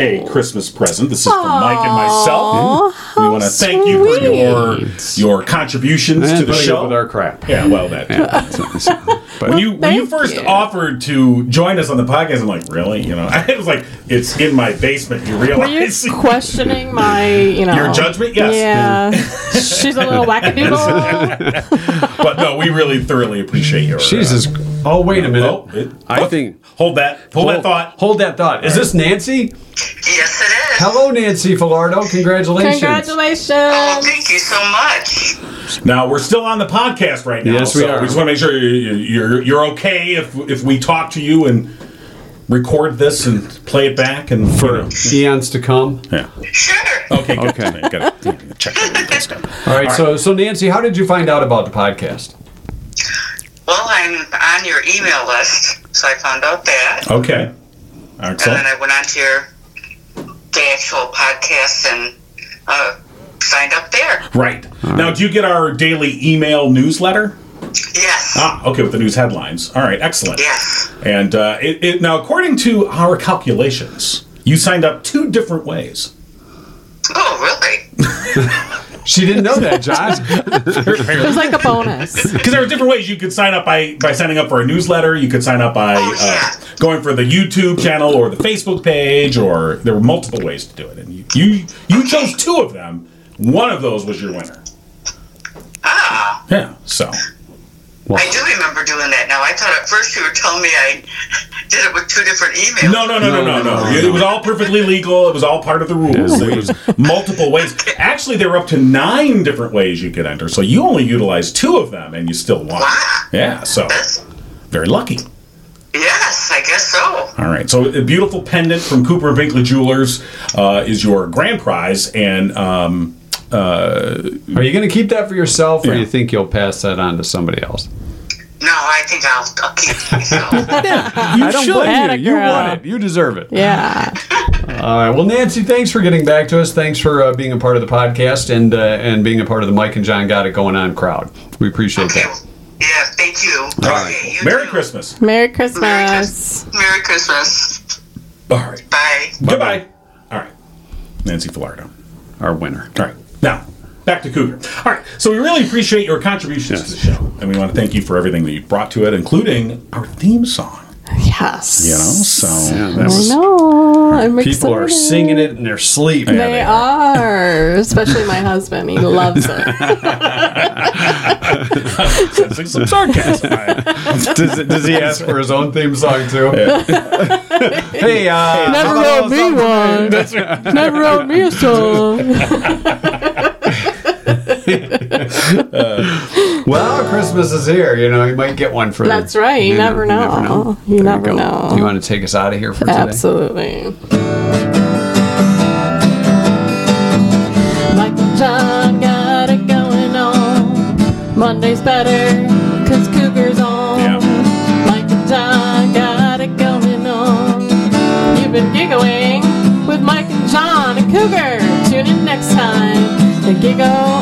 [SPEAKER 2] a Christmas present. This is for Mike and myself. we want to thank you for your your contributions to
[SPEAKER 3] And
[SPEAKER 2] the
[SPEAKER 3] putting
[SPEAKER 2] show.
[SPEAKER 3] up with our crap.
[SPEAKER 2] yeah, well, that.
[SPEAKER 3] <laughs>
[SPEAKER 2] When you when you
[SPEAKER 1] thank
[SPEAKER 2] first
[SPEAKER 1] you.
[SPEAKER 2] offered to join us on the podcast, I'm like, really? You know, <laughs> I was like, it's in my basement. You
[SPEAKER 1] Were
[SPEAKER 2] <laughs>
[SPEAKER 1] you
[SPEAKER 2] realize
[SPEAKER 1] questioning my, you know,
[SPEAKER 2] Your judgment? Yes.
[SPEAKER 1] Yeah, she's a little
[SPEAKER 2] <laughs>
[SPEAKER 1] wackadoodle.
[SPEAKER 2] but no, we really thoroughly appreciate your. uh,
[SPEAKER 3] Jesus. Oh, wait a minute.
[SPEAKER 2] oh, it-
[SPEAKER 3] I
[SPEAKER 2] oh,
[SPEAKER 3] think-
[SPEAKER 2] Hold that. Hold, that thought.
[SPEAKER 3] Hold that thought. Is this Nancy?
[SPEAKER 7] Yes, it is.
[SPEAKER 3] Hello, Nancy Filardo. Congratulations.
[SPEAKER 7] Oh,
[SPEAKER 1] Congratulations.
[SPEAKER 7] thank you so much.
[SPEAKER 2] Now we're still on the podcast right now.
[SPEAKER 3] Yes, we
[SPEAKER 2] so
[SPEAKER 3] are.
[SPEAKER 2] We just want to make sure you're, you're you're okay if if we talk to you and record this and play it back and for.
[SPEAKER 3] Eons to come.
[SPEAKER 7] Sure.
[SPEAKER 2] Okay. Good.
[SPEAKER 3] Okay.
[SPEAKER 2] Got to check that out. stuff.
[SPEAKER 3] All right, So, so Nancy, how did you find out about the podcast?
[SPEAKER 7] Well, I'm on your email list, so I found out that.
[SPEAKER 2] Okay.
[SPEAKER 7] And
[SPEAKER 2] Excellent.
[SPEAKER 7] then I went on to your the actual podcast and uh, signed up there.
[SPEAKER 2] Right. Now, do you get our daily email newsletter?
[SPEAKER 7] Yes.
[SPEAKER 2] Ah, okay, with the news headlines. All right, excellent.
[SPEAKER 7] Yes.
[SPEAKER 2] And uh, it, it, now, according to our calculations, you signed up two different ways.
[SPEAKER 7] Oh, really?
[SPEAKER 3] She didn't know
[SPEAKER 2] <laughs>
[SPEAKER 3] that, John.
[SPEAKER 1] It was
[SPEAKER 2] Because
[SPEAKER 1] like a
[SPEAKER 2] <laughs>
[SPEAKER 1] bonus.
[SPEAKER 2] there are different ways you could sign up by by signing up for a newsletter. You could sign up by
[SPEAKER 7] Oh, yeah.
[SPEAKER 2] uh, going for the YouTube channel or the Facebook page, or there were multiple ways to do it. And you you, you chose two of them. One of those was your winner.
[SPEAKER 7] Ah,
[SPEAKER 2] Yeah. So
[SPEAKER 7] I do remember doing that now. I thought at first you were telling me I did it with two different emails.
[SPEAKER 2] No, no, no, no, no, no. It was all perfectly legal. It was all part of the rules. There was multiple ways. Actually, there were up to nine different ways you could enter. So you only utilized two of them, and you still won.
[SPEAKER 7] Wow.
[SPEAKER 2] Yeah. So
[SPEAKER 7] That's,
[SPEAKER 2] very lucky.
[SPEAKER 7] yes, I guess so.
[SPEAKER 2] All right. So a beautiful pendant from Cooper and Binkley Jewelers uh, is your grand prize, and um,
[SPEAKER 3] Are you going to keep that for yourself, or
[SPEAKER 2] Yeah.
[SPEAKER 3] you think you'll pass that on to somebody else?
[SPEAKER 7] No, I think I'll, I'll keep it
[SPEAKER 2] <laughs>
[SPEAKER 7] myself.
[SPEAKER 2] you
[SPEAKER 3] I don't
[SPEAKER 2] should.
[SPEAKER 3] blame
[SPEAKER 1] Atta
[SPEAKER 3] you. You
[SPEAKER 1] girl.
[SPEAKER 3] want it. You deserve it.
[SPEAKER 1] Yeah.
[SPEAKER 3] All right. Well, Nancy, thanks for getting back to us. Thanks for uh, being a part of the podcast and uh, and being a part of the Mike and John Got It Going On crowd. We appreciate
[SPEAKER 7] okay.
[SPEAKER 3] that.
[SPEAKER 7] Yeah, thank you. All
[SPEAKER 2] right. Merry Christmas.
[SPEAKER 1] Merry
[SPEAKER 7] Merry
[SPEAKER 1] Christmas.
[SPEAKER 7] Christmas. Merry Christmas.
[SPEAKER 2] All right.
[SPEAKER 7] Bye.
[SPEAKER 2] Goodbye. All right. Nancy Filardo.
[SPEAKER 3] Our winner.
[SPEAKER 2] All right. Now, back to Cougar. All right. So we really appreciate your contributions to the show, and we want to thank you for everything that you brought to it, including our theme song.
[SPEAKER 1] Yes.
[SPEAKER 2] You know, so
[SPEAKER 3] that was-
[SPEAKER 1] I know. I'm
[SPEAKER 3] People are
[SPEAKER 1] excited.
[SPEAKER 3] singing it in their sleep.
[SPEAKER 1] They, are, especially my husband. He loves <laughs> it.
[SPEAKER 2] <laughs> sensing some sarcasm. I-
[SPEAKER 3] does, does
[SPEAKER 1] <laughs>
[SPEAKER 3] he ask for his own theme song too? <laughs> hey, uh,
[SPEAKER 1] Never
[SPEAKER 3] how about
[SPEAKER 1] wrote me one. Never wrote me a song.
[SPEAKER 3] Well, Christmas is here. You know, you might get one for.
[SPEAKER 1] That's right, you never know. You
[SPEAKER 3] There
[SPEAKER 1] never
[SPEAKER 3] go.
[SPEAKER 1] know.
[SPEAKER 3] You want to take us out of here for today?
[SPEAKER 1] Absolutely. Michael John got it going on. Monday's better, cause Cougar's on.
[SPEAKER 2] Yeah.
[SPEAKER 1] Michael John got it going on. You've been giggling with Mike and John and Cougar. Tune in next time to Giggle